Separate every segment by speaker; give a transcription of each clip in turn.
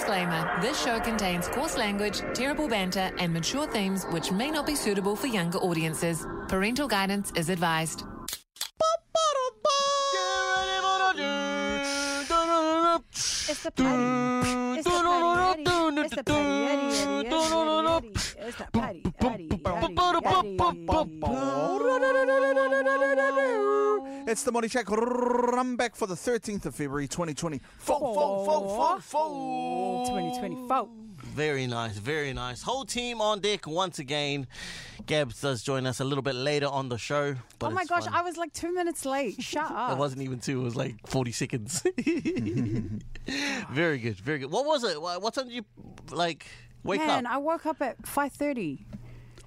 Speaker 1: Disclaimer This show contains coarse language, terrible banter, and mature themes which may not be suitable for younger audiences. Parental guidance is advised.
Speaker 2: It's the party. It's the party. yaddy, It's the party. yaddy, yaddy, yaddy, yaddy, yaddy. It's the party. yaddy, yaddy, yaddy.
Speaker 3: It's the Money Check. I'm back for the 13th of February 2020. Fo, fo, fo, fo, fo.
Speaker 2: Oh, 2024.
Speaker 4: Very nice, very nice. Whole team on deck once again. Gabs does join us a little bit later on the show. But
Speaker 2: Oh my
Speaker 4: it's
Speaker 2: gosh,
Speaker 4: fun.
Speaker 2: I was like two minutes late. Shut
Speaker 4: It
Speaker 2: up.
Speaker 4: wasn't even two. It was like forty seconds. very good, very good. What was it? Wha- What time did you like wake
Speaker 2: Man,
Speaker 4: up?
Speaker 2: I woke up at 5.30.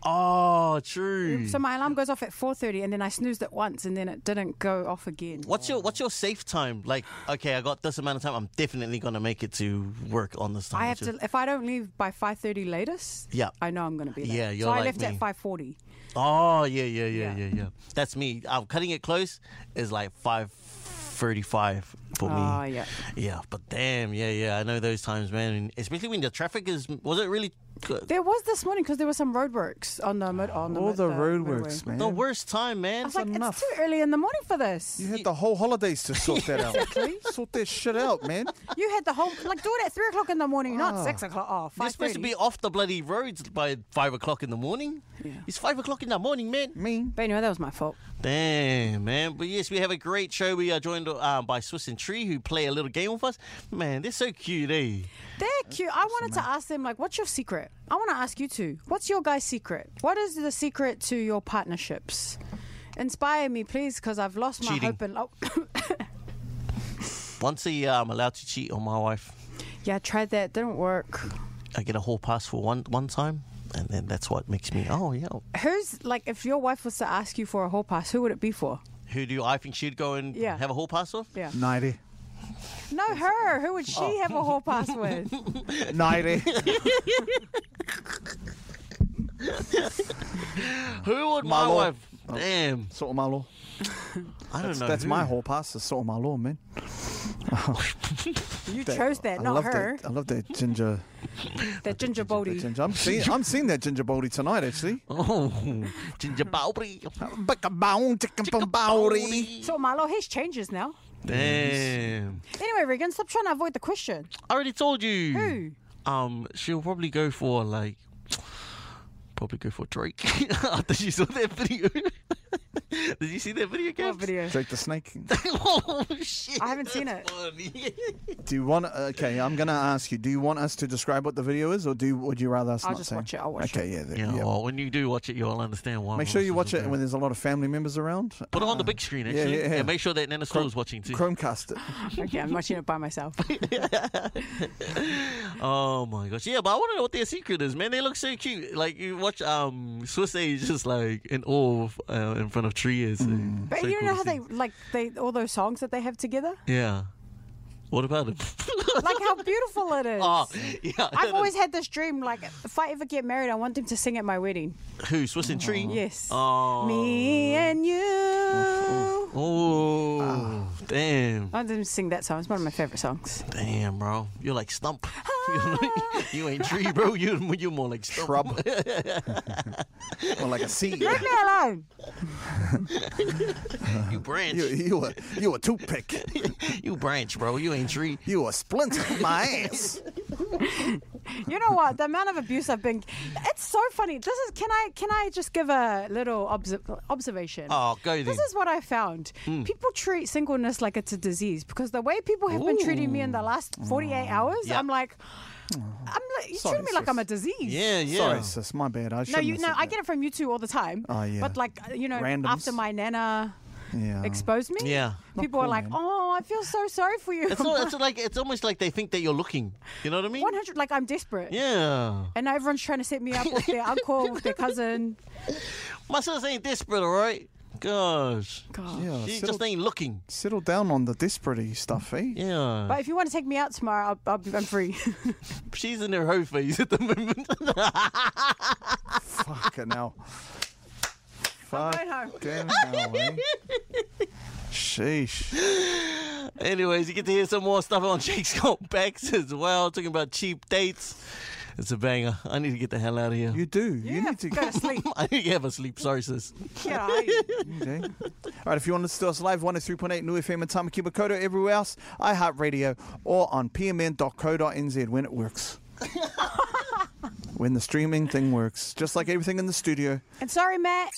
Speaker 4: oh, true.
Speaker 2: So my alarm goes off at 4.30 and then I snoozed it once and then it didn't go off again.
Speaker 4: What's your what's your safe time? Like, okay, I got this amount of time. I'm definitely gonna make it to work on this time.
Speaker 2: I have
Speaker 4: which
Speaker 2: to,
Speaker 4: is-
Speaker 2: if I don't leave by 5.30 latest,
Speaker 4: Yeah.
Speaker 2: I know I'm going to be late.
Speaker 4: Yeah, you're
Speaker 2: so I
Speaker 4: like
Speaker 2: left
Speaker 4: me.
Speaker 2: at 5.40.
Speaker 4: Oh yeah, yeah, yeah,
Speaker 2: Yeah.
Speaker 4: yeah, yeah. That's me. I'm cutting it close. Is like five thirty-five for me.
Speaker 2: Oh, yeah.
Speaker 4: Yeah, but damn, yeah, yeah. I know those times, man. And especially when the traffic is. Was it really the
Speaker 2: There was this morning because there were some roadworks on the mid, on the
Speaker 3: All
Speaker 2: mid-
Speaker 3: the
Speaker 2: motorway.
Speaker 3: roadworks, man.
Speaker 4: worst time,
Speaker 2: I
Speaker 4: man?
Speaker 2: was like,
Speaker 3: enough.
Speaker 2: it's too early in the morning for this.
Speaker 3: you had the whole holidays to sort that out. sort that shit out, man.
Speaker 2: You had the whole like do it at three o'clock in the morning, not six o'clock. Oh,
Speaker 4: You're
Speaker 2: five
Speaker 4: supposed to be off the bloody roads by five o'clock in the morning.
Speaker 2: Yeah.
Speaker 4: It's five o'clock in the morning, man.
Speaker 3: Me.
Speaker 2: But anyway, that was my fault.
Speaker 4: Damn, man. But yes, we have a great show. We are joined uh, by Swiss and Tree, who play a little game with us. Man, they're so cute, eh?
Speaker 2: They're cute. I wanted to ask them like, what's your secret? I want to ask you two. What's your guy's secret? What is the secret to your partnerships? Inspire me, please, because I've lost my
Speaker 4: Cheating.
Speaker 2: hope and oh,
Speaker 4: Once a year, I'm allowed to cheat on my wife.
Speaker 2: yeah, I tried that. Didn't work.
Speaker 4: I get a hall pass for one one time, and then that's what makes me. Oh yeah,
Speaker 2: Who's like, if your wife was to ask you for a whole pass, who would it be for?
Speaker 4: who do I think she'd go and
Speaker 2: Yeah.
Speaker 4: have a hall pass with?
Speaker 2: Yeah.
Speaker 3: 90.
Speaker 2: No, her. Who would she have a whole pass with?
Speaker 3: 90.
Speaker 4: Who would
Speaker 3: My
Speaker 4: my,
Speaker 3: lord.
Speaker 4: wife? Damn,
Speaker 3: sort of my law.
Speaker 4: I don't know.
Speaker 3: That's
Speaker 4: who.
Speaker 3: my whole pass. That's sort of my law, man.
Speaker 2: You chose that,
Speaker 3: I
Speaker 2: not
Speaker 3: love
Speaker 2: her.
Speaker 3: That, I love that ginger.
Speaker 2: That, ginger
Speaker 3: that
Speaker 2: body.
Speaker 3: ginger. I'm seeing, I'm seeing that ginger baldy tonight, actually.
Speaker 4: Oh, ginger Bowry.
Speaker 3: Bickabow, chicken bowdy.
Speaker 2: So Malo, his changes now.
Speaker 4: Damn.
Speaker 2: Anyway, Regan, stop trying to avoid the question.
Speaker 4: I already told you.
Speaker 2: Who?
Speaker 4: Um, she'll probably go for like, probably go for Drake after she saw that video. Did you see that video, Gav?
Speaker 2: What Oh, video?
Speaker 3: Drake the snake.
Speaker 4: oh shit!
Speaker 2: I haven't seen
Speaker 4: that's funny.
Speaker 3: Do you want? Okay, I'm gonna ask you. Do you want us to describe what the video is, or do you, would you rather us
Speaker 2: I'll
Speaker 3: not
Speaker 2: just
Speaker 3: say?
Speaker 2: watch it, I'll watch
Speaker 3: okay, Yeah,
Speaker 4: yeah,
Speaker 3: yeah.
Speaker 4: Well, when you do watch it, you'll understand why.
Speaker 3: Make
Speaker 4: my
Speaker 3: sure
Speaker 4: voice
Speaker 3: you
Speaker 4: is
Speaker 3: watch
Speaker 4: all
Speaker 3: it
Speaker 4: bad.
Speaker 3: when there's a lot of family members around.
Speaker 4: Put it on the big screen,
Speaker 3: yeah,
Speaker 4: actually,
Speaker 3: yeah, yeah.
Speaker 4: and make sure that Nana Store is watching too.
Speaker 3: Chromecast it.
Speaker 2: Okay, I'm watching it by myself.
Speaker 4: Oh my gosh, yeah, but I want to know what their secret is, man. They look so cute. Like you watch um Swiss A is just like in awe of, uh, in front of trees.
Speaker 3: Mm.
Speaker 2: But you know how they like they all those songs that they have together?
Speaker 4: Yeah. What about him?
Speaker 2: Like how beautiful it is.
Speaker 4: oh, yeah.
Speaker 2: I've always had this dream, like if I ever get married, I want them to sing at my wedding.
Speaker 4: who Swiss and Tree?
Speaker 2: Yes.
Speaker 4: Oh.
Speaker 2: Me and you. I
Speaker 4: Oh, damn,
Speaker 2: want them to sing that song. It's one of my favorite songs.
Speaker 4: damn, bro. You're like stump. You're like- you ain't tree, bro. You you're more like stump.
Speaker 3: Shrub. or like a seed.
Speaker 2: Leave me alone.
Speaker 4: You branch.
Speaker 3: You,
Speaker 4: You,
Speaker 3: you, a, you a toothpick.
Speaker 4: branch, bro. You ain't tree.
Speaker 3: You a splinter in my ass.
Speaker 2: You know what? The amount of abuse I've been—it's so funny. This is. Can I? Can I just give a little obser- observation?
Speaker 4: Oh, go then.
Speaker 2: This is what I found.
Speaker 3: Hmm.
Speaker 2: People treat singleness like it's a disease because the way people have been treating me in the last 48 hours,
Speaker 4: Yeah.
Speaker 2: I'm like, I'm like, you
Speaker 3: Hmm. Oh. Sorry,
Speaker 2: treat me like
Speaker 3: sis.
Speaker 2: I'm a disease.
Speaker 4: yeah, yeah.
Speaker 3: Sorry, sis. My bad. I
Speaker 2: No,
Speaker 3: shouldn't
Speaker 2: you.
Speaker 3: have
Speaker 2: No,
Speaker 3: said
Speaker 2: I
Speaker 3: that.
Speaker 2: get it from you two all the time.
Speaker 3: Oh, yeah.
Speaker 2: But like, you know,
Speaker 3: Randoms. Oh.
Speaker 2: after my nana
Speaker 3: Yeah.
Speaker 2: exposed me,
Speaker 4: Yeah.
Speaker 3: Not
Speaker 2: people are
Speaker 3: cool,
Speaker 2: like,
Speaker 3: man.
Speaker 2: oh, I feel so sorry for you.
Speaker 4: It's, not, it's like it's almost like they think that you're looking. You know what I mean?
Speaker 2: 100. Like I'm desperate.
Speaker 4: Yeah.
Speaker 2: And now everyone's trying to set me up with their uncle, with their cousin.
Speaker 4: My sis ain't desperate, all right? Gosh.
Speaker 2: God.
Speaker 3: Yeah,
Speaker 4: She
Speaker 3: settle,
Speaker 4: just ain't looking.
Speaker 3: settle down on the desperate stuff, eh?
Speaker 4: Yeah.
Speaker 2: But if you want to take me out tomorrow, I'll, I'll be, I'm free.
Speaker 4: She's in her hoe phase at the moment.
Speaker 3: Fucking hell.
Speaker 2: I'm going home.
Speaker 3: Fucking hell, eh? Sheesh.
Speaker 4: Anyways, you get to hear some more stuff on Jake's Got Backs as well, talking about cheap dates. It's a banger. I need to get the hell out of here.
Speaker 3: You do. you
Speaker 2: Yeah,
Speaker 3: need to
Speaker 2: go to sleep.
Speaker 4: I need to have a sleep. Sorry, sis.
Speaker 2: Yeah, I-
Speaker 3: Okay. All right, if you want to listen to us live, 103.8 New FM and Tamaki Makoto, everywhere else, iHeartRadio, or on pmn.co.nz when it works. when the streaming thing works, just like everything in the studio.
Speaker 2: And sorry, Matt.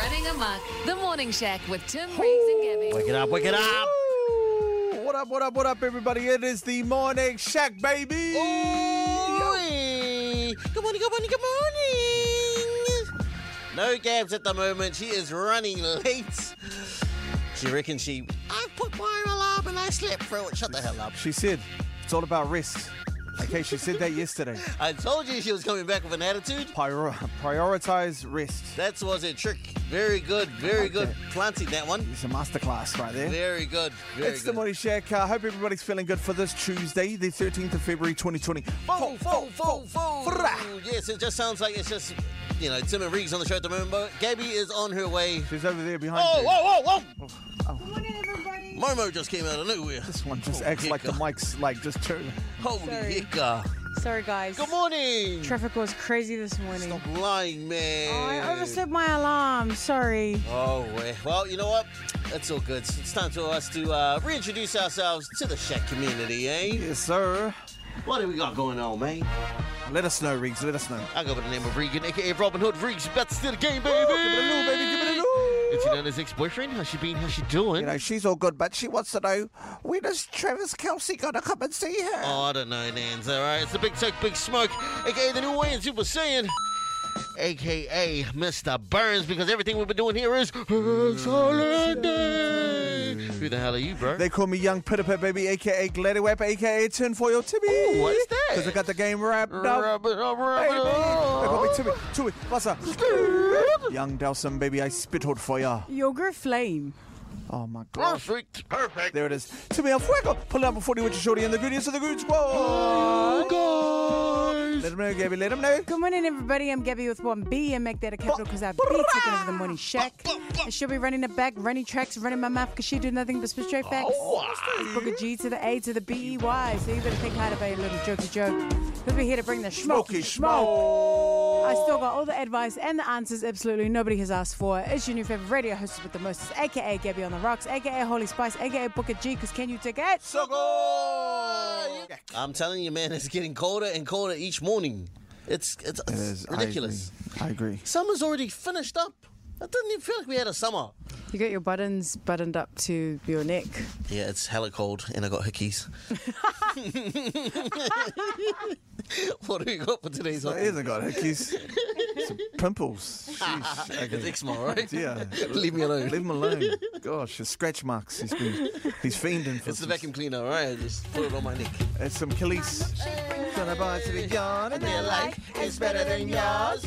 Speaker 1: Running amok, the morning shack with Tim, Riggs, and Gabby.
Speaker 4: Wake it up, wake it up.
Speaker 3: Ooh, What up, what up, what up, everybody? It is the Morning Shack, baby!
Speaker 4: Oi. Good morning, good morning, good morning. No Gabs at the moment. She is running late. She reckons she. I put my alarm and I slept through it. Shut the hell up.
Speaker 3: She said, it's all about rest. Okay, she said that yesterday.
Speaker 4: I told you she was coming back with an attitude.
Speaker 3: Prior- prioritize rest.
Speaker 4: That was a trick. Very good, very good. Planting that one.
Speaker 3: It's a masterclass right there.
Speaker 4: Very good, very
Speaker 3: it's
Speaker 4: good.
Speaker 3: the Morning Shack. I hope everybody's feeling good for this Tuesday, the 13th of February, 2020.
Speaker 4: Foo, foo, foo, foo.
Speaker 3: Fra.
Speaker 4: Yes, it just sounds like it's just, you know, Tim and Riggs on the show at the moment, but Gabby is on her way.
Speaker 3: She's over there behind
Speaker 4: Oh,
Speaker 3: you.
Speaker 4: whoa, whoa, whoa!
Speaker 2: Morning, everybody.
Speaker 4: Momo just came out of nowhere.
Speaker 3: This one just acts
Speaker 4: yeah,
Speaker 3: like the
Speaker 4: God.
Speaker 3: mic's like just turning.
Speaker 4: Holy
Speaker 2: Sorry.
Speaker 4: hicka.
Speaker 2: Sorry, guys.
Speaker 4: Good morning!
Speaker 2: Traffic was crazy this morning.
Speaker 4: Stop lying,
Speaker 2: Oh, I
Speaker 4: man.
Speaker 2: overslept my alarm. Sorry.
Speaker 4: Oh, well, well, you know what? That's all good. It's time for us to uh, reintroduce ourselves to the Shack community, eh?
Speaker 3: Yes, sir.
Speaker 4: What do we got going on, man?
Speaker 3: Let us know, Riggs. Let us know.
Speaker 4: I go by the name of Regan, aka Robin Hood. Regan's back to the game, baby.
Speaker 3: Give it a loo, baby. Give it a loo.
Speaker 4: It's your Nana's ex-boyfriend. How's she been? How's she doing?
Speaker 3: You know, she's all good, but she wants to know when is Travis Kelsey gonna come and see her?
Speaker 4: oh, I don't know, Nans. All right, it's the Big Tech, Big Smoke, aka the new way in Super Saiyan, aka Mr. Burns, because everything we've been doing here is holiday. Who the hell are you, bro?
Speaker 3: They call me Young Pittiper, baby, aka Gladywapper, aka Tinfoil Timmy.
Speaker 4: Ooh, what is that?
Speaker 3: Because I got the game wrapped up.
Speaker 4: Rub it up, rub
Speaker 3: Baby.
Speaker 4: it
Speaker 3: They call me
Speaker 4: up.
Speaker 3: Timmy, Timmy, Buster. Young Dawson, baby, I spittled for ya.
Speaker 2: Yogurt flame.
Speaker 3: Oh my god.
Speaker 4: Perfect, perfect.
Speaker 3: There it is. Timmy El Fuego, pull number 40 with your shorty and the goodies of the good squad. Let him know, Gabby, let him know.
Speaker 2: Good morning, everybody. I'm Gabby with one B, and make that a capital because I be taking over the morning shack. And she'll be running the back, running tracks, running my mouth because she do nothing but spit straight facts. It's Book a G to the A to the B E Y. So you better think hard about your little jokey joke. We'll be here to bring the smoky smoke. I still got all the advice and the answers absolutely nobody has asked for. It's your new favorite radio hosted with the most, aka Gabby on the Rocks, aka Holy Spice, aka Booker G, because can you take it?
Speaker 3: So good.
Speaker 4: I'm telling you, man, it's getting colder and colder each morning. It's it's, it's ridiculous.
Speaker 3: I agree.
Speaker 4: Summer's already finished up. It doesn't even feel like we had a summer.
Speaker 2: You got your buttons buttoned up to your neck.
Speaker 4: Yeah, it's hella cold, and I got hickeys. what do we got for today's
Speaker 3: It
Speaker 4: one?
Speaker 3: isn't got hickeys. Some pimples. Sheesh.
Speaker 4: It's
Speaker 3: Okay.
Speaker 4: eczema, right?
Speaker 3: Yeah.
Speaker 4: Leave me alone.
Speaker 3: Leave him alone. Gosh, his scratch marks. He's been, he's fiending for
Speaker 4: It's the
Speaker 3: some,
Speaker 4: vacuum cleaner, all right? Just put it on my neck.
Speaker 3: uh, some Khalees. Gonna buy to the yard and they're like, it's better than yours.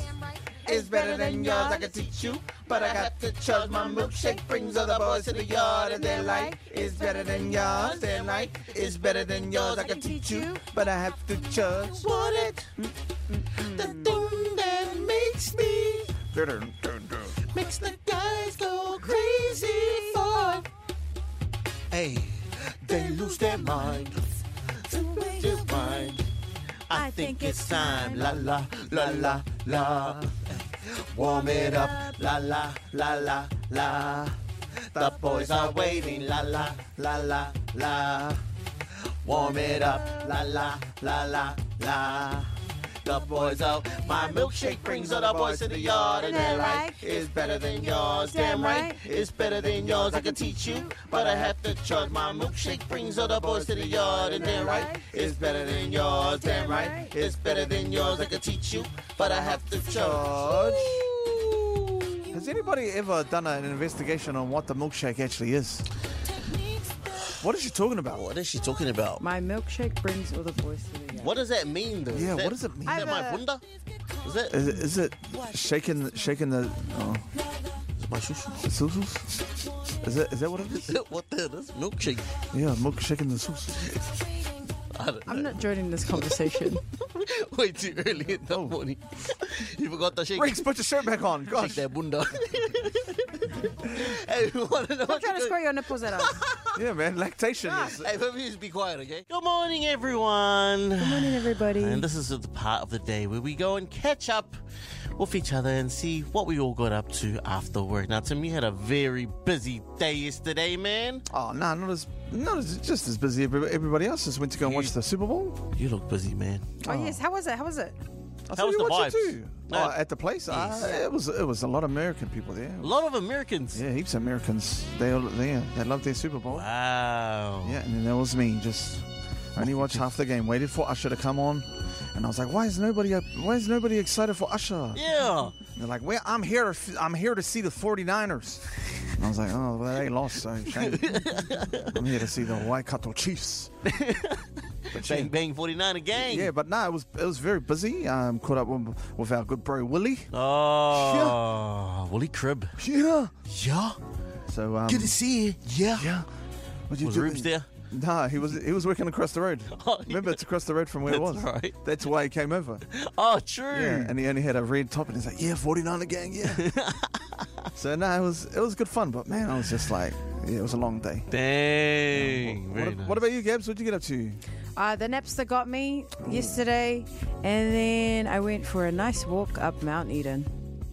Speaker 3: It's better than yours. I can teach you, but I got to charge my milkshake. Brings other boys to the yard and they're like, it's better than yours. They're like, it's better than yours. I can teach you, but I have to charge.
Speaker 4: What it? The thing that makes me makes the guys go crazy for it. Hey, they lose their mind. Their mind. I think it's time. La la la la la. Warm it up. La la la la la. The boys are waiting. La la la la la. Warm it up. La la la la la. The boys out. My milkshake brings all the boys to the yard and they're like, it's better than yours. Damn right, it's better than yours. I can teach you, but I have to charge. My milkshake brings all the boys to the yard and they're right, it's better than yours. Damn right, it's better than yours. I can teach you, but I have to charge.
Speaker 3: Has anybody ever done an investigation on what the milkshake actually is? What is she talking about?
Speaker 4: What is she talking about?
Speaker 2: My milkshake brings all the boys to the yard.
Speaker 4: What does that mean though?
Speaker 3: Yeah, what does it mean?
Speaker 2: I've, uh,
Speaker 4: bunda? Is that,
Speaker 3: Is it, is it shaking, shaking the, oh,
Speaker 4: is my shoes?
Speaker 3: the sauces? Is that, is that what it is?
Speaker 4: what the hell is milkshake?
Speaker 3: Yeah, milk shaking the sauce.
Speaker 4: I don't
Speaker 2: I'm
Speaker 4: know.
Speaker 2: not joining this conversation.
Speaker 4: Way too early in the
Speaker 3: Oh.
Speaker 4: morning. you forgot to shake,
Speaker 3: Riggs, put your shirt back on.
Speaker 4: shake
Speaker 3: Gosh.
Speaker 4: their bunda. hey, we want to know
Speaker 2: I'm
Speaker 4: what
Speaker 2: trying to
Speaker 4: you
Speaker 2: square your nipples at us.
Speaker 3: Yeah, man. Lactation is.
Speaker 4: Hey, maybe just be quiet, okay? Good morning, everyone. Good morning.
Speaker 2: Morning, everybody.
Speaker 4: And this is the part of the day where we go and catch up with each other and see what we all got up to after work. Now, Tim, you had a very busy day yesterday, man.
Speaker 3: Oh, no, not as. Not as, just as busy as everybody else. Just went to go and watch the Super Bowl.
Speaker 4: You look busy, man.
Speaker 2: oh, yes. How was it? How was it?
Speaker 3: I
Speaker 4: How
Speaker 3: thought
Speaker 4: was
Speaker 3: you
Speaker 4: the
Speaker 3: watched
Speaker 4: vibes?
Speaker 3: it too.
Speaker 4: No.
Speaker 3: Oh, at the place, uh, it was it was a lot of American people there.
Speaker 4: A lot of Americans.
Speaker 3: Yeah, heaps of Americans. They all there. They loved their Super Bowl.
Speaker 4: Wow.
Speaker 3: Yeah, and then that was me. Just only watched half the game. Waited for Usher to come on, and I was like, "Why is nobody? up- Why is nobody excited for Usher?"
Speaker 4: Yeah.
Speaker 3: They're like, "Well, I'm here. To, I'm here to see the 49ers." And I was like, "Oh, well, they lost, so shame." I'm here to see the Waikato Chiefs. But yeah.
Speaker 4: Bang, bang, 49 again.
Speaker 3: Yeah, but no, it was it was very busy. Um, caught up with, with our good bro Willie.
Speaker 4: Oh, Woolly Crib.
Speaker 3: Yeah.
Speaker 4: Yeah.
Speaker 3: So um,
Speaker 4: Good to see you. Yeah.
Speaker 3: yeah. What you
Speaker 4: Was
Speaker 3: do-
Speaker 4: Rubes there?
Speaker 3: No, he was he was working across the road.
Speaker 4: Oh, yeah.
Speaker 3: Remember, it's across the road from where it
Speaker 4: That's
Speaker 3: was.
Speaker 4: right.
Speaker 3: That's why he came over.
Speaker 4: Oh, true.
Speaker 3: Yeah, and he only had a red top, and he's like, "Yeah, forty nine again, yeah." so no, it was it was good fun, but man, I was just like, yeah, it was a long day.
Speaker 4: Dang.
Speaker 3: What,
Speaker 4: Very
Speaker 3: ab-
Speaker 4: nice.
Speaker 3: what about you, Gabs? What'd you get up to?
Speaker 2: Uh, the Napster got me yesterday, and then I went for a nice walk up Mount Eden.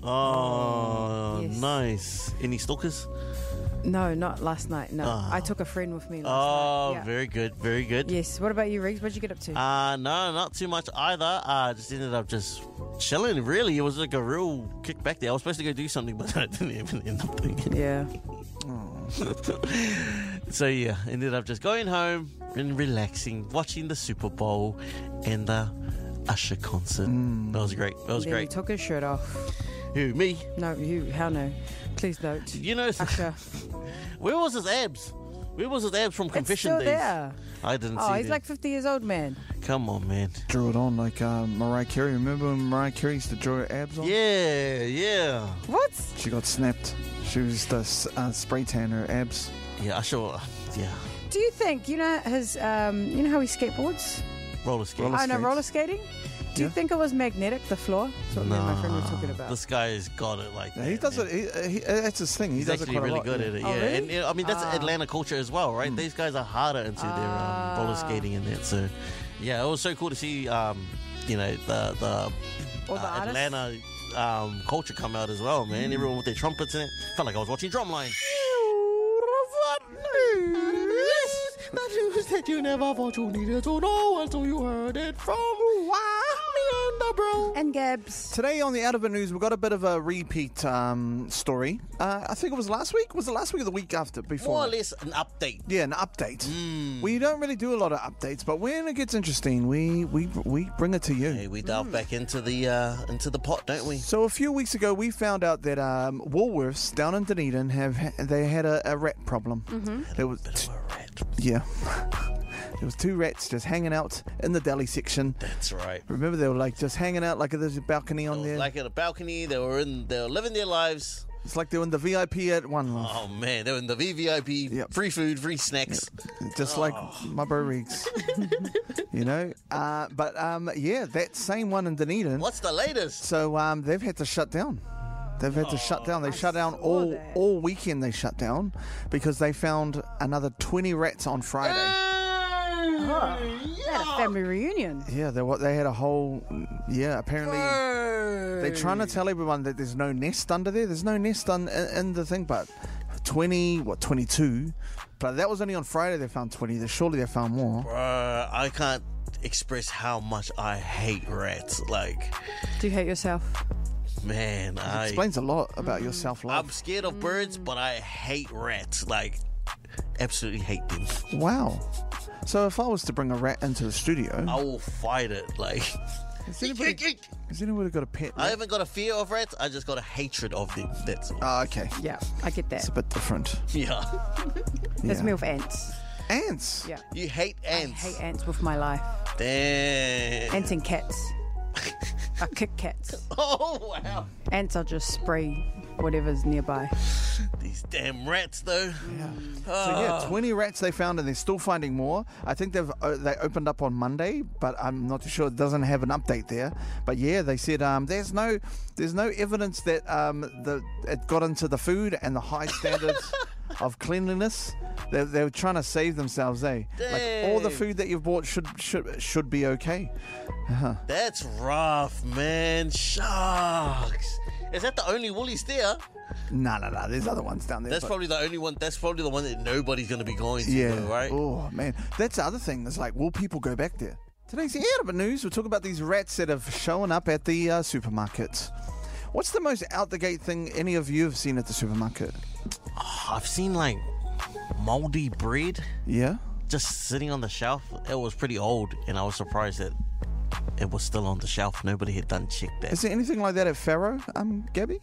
Speaker 4: Oh,
Speaker 2: Yes.
Speaker 4: nice. Any stalkers?
Speaker 2: No, not last night. No,
Speaker 4: Oh.
Speaker 2: I took a friend with me. Last
Speaker 4: Oh,
Speaker 2: night. Yeah.
Speaker 4: very good, very good.
Speaker 2: Yes. What about you, Riggs? What'd you get up to?
Speaker 4: Uh no, not too much either. I uh, just ended up just chilling. Really, it was like a real kickback there. I was supposed to go do something, but I didn't even end up doing it.
Speaker 2: yeah.
Speaker 4: So yeah, ended up just going home and relaxing, watching the Super Bowl and the Usher concert.
Speaker 3: Mm.
Speaker 4: That was great. That was
Speaker 2: Then You
Speaker 4: great.
Speaker 2: took his shirt off.
Speaker 4: Who me?
Speaker 2: No, you. How no? Please note.
Speaker 4: You know,
Speaker 2: Usher.
Speaker 4: where was his abs? Where was his abs from
Speaker 2: it's
Speaker 4: Confession
Speaker 2: still
Speaker 4: days?
Speaker 2: there.
Speaker 4: I didn't
Speaker 2: Oh,
Speaker 4: see
Speaker 2: he's
Speaker 4: them.
Speaker 2: like 50 years old, man.
Speaker 4: Come on, man.
Speaker 3: Drew it on like uh, Mariah Carey. Remember when Mariah Carey used to draw her abs on?
Speaker 4: Yeah, yeah,
Speaker 2: What?
Speaker 3: She got snapped. She was just uh, spray tan her abs.
Speaker 4: yeah. I sure. Yeah,
Speaker 2: Do you think you know his? Um, you know how he skateboards?
Speaker 4: roller skate.
Speaker 3: Roller
Speaker 2: I know
Speaker 3: skates.
Speaker 2: roller skating. Do you
Speaker 3: Yeah.
Speaker 2: think it was magnetic? The floor? That's what me and my friend were talking about.
Speaker 4: This guy's got it like
Speaker 3: Yeah,
Speaker 4: that.
Speaker 3: he does
Speaker 4: man.
Speaker 3: it. He, uh, he, uh, that's his thing. He
Speaker 4: He's
Speaker 3: does
Speaker 4: actually
Speaker 3: it quite
Speaker 4: really
Speaker 3: a lot.
Speaker 4: good
Speaker 3: yeah.
Speaker 4: at it. Yeah,
Speaker 2: Oh, really?
Speaker 4: and, you know, I mean that's
Speaker 2: Ah.
Speaker 4: Atlanta culture as well,
Speaker 3: Hmm.
Speaker 4: right? These guys are harder into their um, roller
Speaker 2: Ah.
Speaker 4: skating and that. So, yeah, it was so cool to see, um, you know, the the,
Speaker 2: All
Speaker 4: uh,
Speaker 2: the artists? Mm.
Speaker 4: Atlanta um, culture come out as well, man. Everyone with their trumpets in it. Felt like I was watching Drumline. News that you never thought you needed to know until you heard it from the bro.
Speaker 2: and Gabs.
Speaker 3: Today on the Out of It News, we got a bit of a repeat um, story. Uh, I think it was last week. Was it last week or the week after? Before?
Speaker 4: More or less an update.
Speaker 3: Yeah, an update.
Speaker 4: Hmm.
Speaker 3: We don't really do a lot of updates, but when it gets interesting, we we, we bring it to you.
Speaker 4: Hey, we
Speaker 2: Mm.
Speaker 4: delve back into the uh, into the pot, don't we?
Speaker 3: So a few weeks ago, we found out that um, Woolworths down in Dunedin have they had a, a rat problem. There was
Speaker 4: Bit of a rat.
Speaker 3: yeah, there was two rats just hanging out in the deli section.
Speaker 4: That's right.
Speaker 3: Remember, they were like just hanging out like there's a balcony on there.
Speaker 4: Like at a balcony, they were in, they were living their lives.
Speaker 3: it's like they were in the VIP at One Love.
Speaker 4: Oh man, they were in the VVIP,
Speaker 3: Yep.
Speaker 4: free food, free snacks.
Speaker 3: just like
Speaker 4: Oh.
Speaker 3: my bro Riggs. you know? Uh, but um, yeah, that same one in Dunedin.
Speaker 4: What's the latest?
Speaker 3: So um, they've had to shut down. They've had to shut down. They shut down all
Speaker 2: that.
Speaker 3: all weekend. They shut down because they found another twenty rats on Friday.
Speaker 2: They had a family reunion.
Speaker 3: Yeah, they what they had a whole yeah. Apparently, they're trying to tell everyone that there's no nest under there. There's no nest un, in, in the thing, but twenty what twenty two. But that was only on Friday. They found twenty. They surely they found more.
Speaker 4: Bruh, I can't express how much I hate rats. Like,
Speaker 2: Do you hate yourself?
Speaker 4: man, I
Speaker 3: Explains a lot about your self
Speaker 4: I'm
Speaker 3: love.
Speaker 4: scared of birds, but I hate rats. Like, absolutely hate them.
Speaker 3: Wow. So if I was to bring a rat into the studio,
Speaker 4: I will fight it. Like,
Speaker 3: has anybody, has anybody got a pet?
Speaker 4: I haven't got a fear of rats. I just got a hatred of them. That's all.
Speaker 3: Oh, okay.
Speaker 2: Yeah, I get that.
Speaker 3: It's a bit different.
Speaker 4: yeah.
Speaker 2: That's
Speaker 3: yeah.
Speaker 2: me with ants.
Speaker 3: Ants.
Speaker 2: Yeah.
Speaker 4: You hate ants.
Speaker 2: Hate ants with my life.
Speaker 4: Damn.
Speaker 2: Ants and cats. I kick cats.
Speaker 4: Oh wow.
Speaker 2: Ants, I'll just spray whatever's nearby.
Speaker 4: These damn rats, though.
Speaker 3: So yeah,
Speaker 4: Ah.
Speaker 3: 20 rats they found, and they're still finding more. I think they've uh, they opened up on Monday, but I'm not too sure. It doesn't have an update there. But yeah, they said um, there's no there's no evidence that um, the it got into the food and the high standards of cleanliness. They, they were trying to save themselves, eh? Like all the
Speaker 4: Dang.
Speaker 3: food that you've bought should should should be okay.
Speaker 4: That's rough, man. Shucks. Is that the only Woolies there?
Speaker 3: No, no, no. There's other ones down there.
Speaker 4: That's
Speaker 3: but-
Speaker 4: probably the only one. That's probably the one that nobody's going to be going to,
Speaker 3: Yeah.
Speaker 4: though, right?
Speaker 3: Oh man, that's the other thing. It's like, will people go back there? Today's Arab news. We're talking about these rats that have shown up at the uh, supermarkets. What's the most out the gate thing any of you have seen at the supermarket?
Speaker 4: I've seen like moldy bread
Speaker 3: Yeah.
Speaker 4: just sitting on the shelf. It was pretty old, and I was surprised that it was still on the shelf. Nobody had done check
Speaker 3: Is
Speaker 4: that.
Speaker 3: there anything like that at Faro, um, Gabby?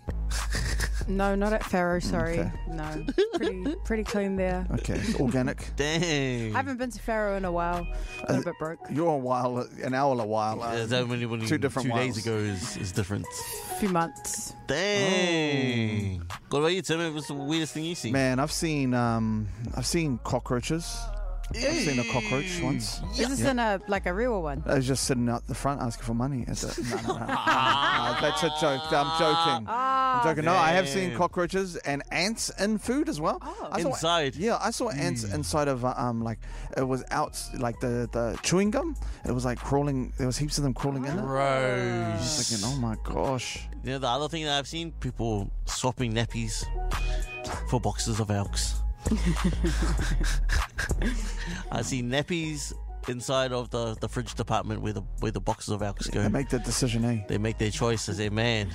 Speaker 2: No, not at Faro. Sorry,
Speaker 3: Okay.
Speaker 2: no. Pretty, pretty clean there.
Speaker 3: Okay, it's organic.
Speaker 4: Dang.
Speaker 2: I haven't been to Faro in a while. A little bit broke.
Speaker 3: You're a while, an owl a while. uh,
Speaker 4: There's that many,
Speaker 3: two different
Speaker 4: two days
Speaker 3: wiles.
Speaker 4: ago is, is different.
Speaker 2: A few months.
Speaker 4: Dang. What about you, Tim? What's the weirdest thing you see?
Speaker 3: Oh. Man, I've seen, um, I've seen cockroaches. I've seen a cockroach once.
Speaker 2: Is this in a like a real one?
Speaker 3: I was just sitting out the front asking for money. Is it? No, no, no. No, that's a joke. I'm joking. I'm joking. No, I have seen
Speaker 4: Damn.
Speaker 3: cockroaches and ants in food as well. I saw,
Speaker 4: Inside?
Speaker 3: Yeah, I saw ants inside of uh, um like it was out like the the chewing gum. It was like crawling. There was heaps of them crawling in it. I was
Speaker 4: Gross.
Speaker 3: Thinking, oh my gosh.
Speaker 4: You know, the other thing that I've seen people swapping nappies for boxes of elks. I see nappies inside of the, the fridge department where the where the boxes of elks go.
Speaker 3: They make that decision, eh?
Speaker 4: they make their choices. And man,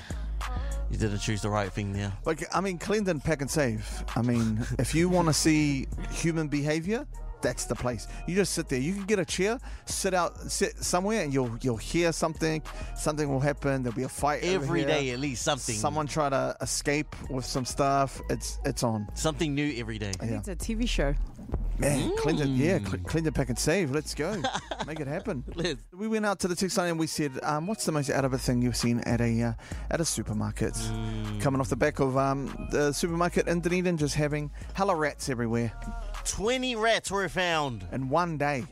Speaker 4: you didn't choose the right thing there.
Speaker 3: Like I mean, Clinton pack and save. I mean, if you want to see human behavior, that's the place. You just sit there. You can get a chair, sit out, sit somewhere, and you'll you'll hear something. Something will happen. There'll be a fight
Speaker 4: Every
Speaker 3: over
Speaker 4: day,
Speaker 3: here.
Speaker 4: at least something.
Speaker 3: Someone try to escape with some stuff. It's it's on.
Speaker 4: something new every day.
Speaker 3: Yeah.
Speaker 2: It's a TV show.
Speaker 3: Man, Clinton, yeah,
Speaker 4: Mm.
Speaker 3: Cl- Clinton pack and save. Let's go, make it happen.
Speaker 4: Let's-
Speaker 3: We went out to the text line and we said, um, "What's the most out of it thing you've seen at a uh, at a supermarket?" Coming off the back of um, the supermarket in Dunedin, just having hella rats everywhere
Speaker 4: Twenty rats were found.
Speaker 3: in one day.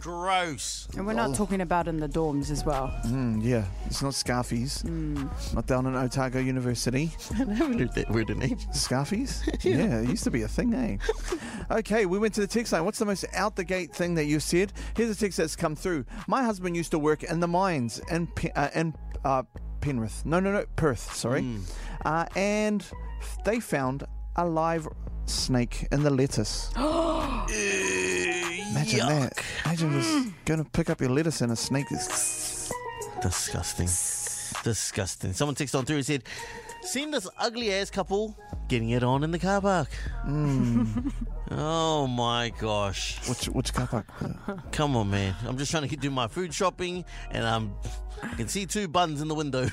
Speaker 4: Gross.
Speaker 2: And we're
Speaker 3: Oh.
Speaker 2: not talking about in the dorms as well.
Speaker 3: Mm, yeah, it's not Scarfies, not down in Otago University.
Speaker 4: Man, I haven't heard that word in ages.
Speaker 3: Scarfies? yeah, it used to be a thing, eh? okay, we went to the text line. What's the most out the gate thing that you said? Here's a text that's come through. My husband used to work in the mines in Pe- uh, in uh, Penrith. No, no, no, Perth. Sorry.
Speaker 4: Hmm.
Speaker 3: Uh, and they found a live snake in the lettuce. Imagine that. Imagine
Speaker 4: Hmm.
Speaker 3: just going to pick up your lettuce and a snake is.
Speaker 4: Disgusting. Disgusting. Someone texted on through and said, Seen this ugly ass couple getting it on in the car park.
Speaker 3: Hmm.
Speaker 4: oh my gosh.
Speaker 3: Which which car park?
Speaker 4: Come on, man. I'm just trying to do my food shopping and I'm, I can see two buns in the window.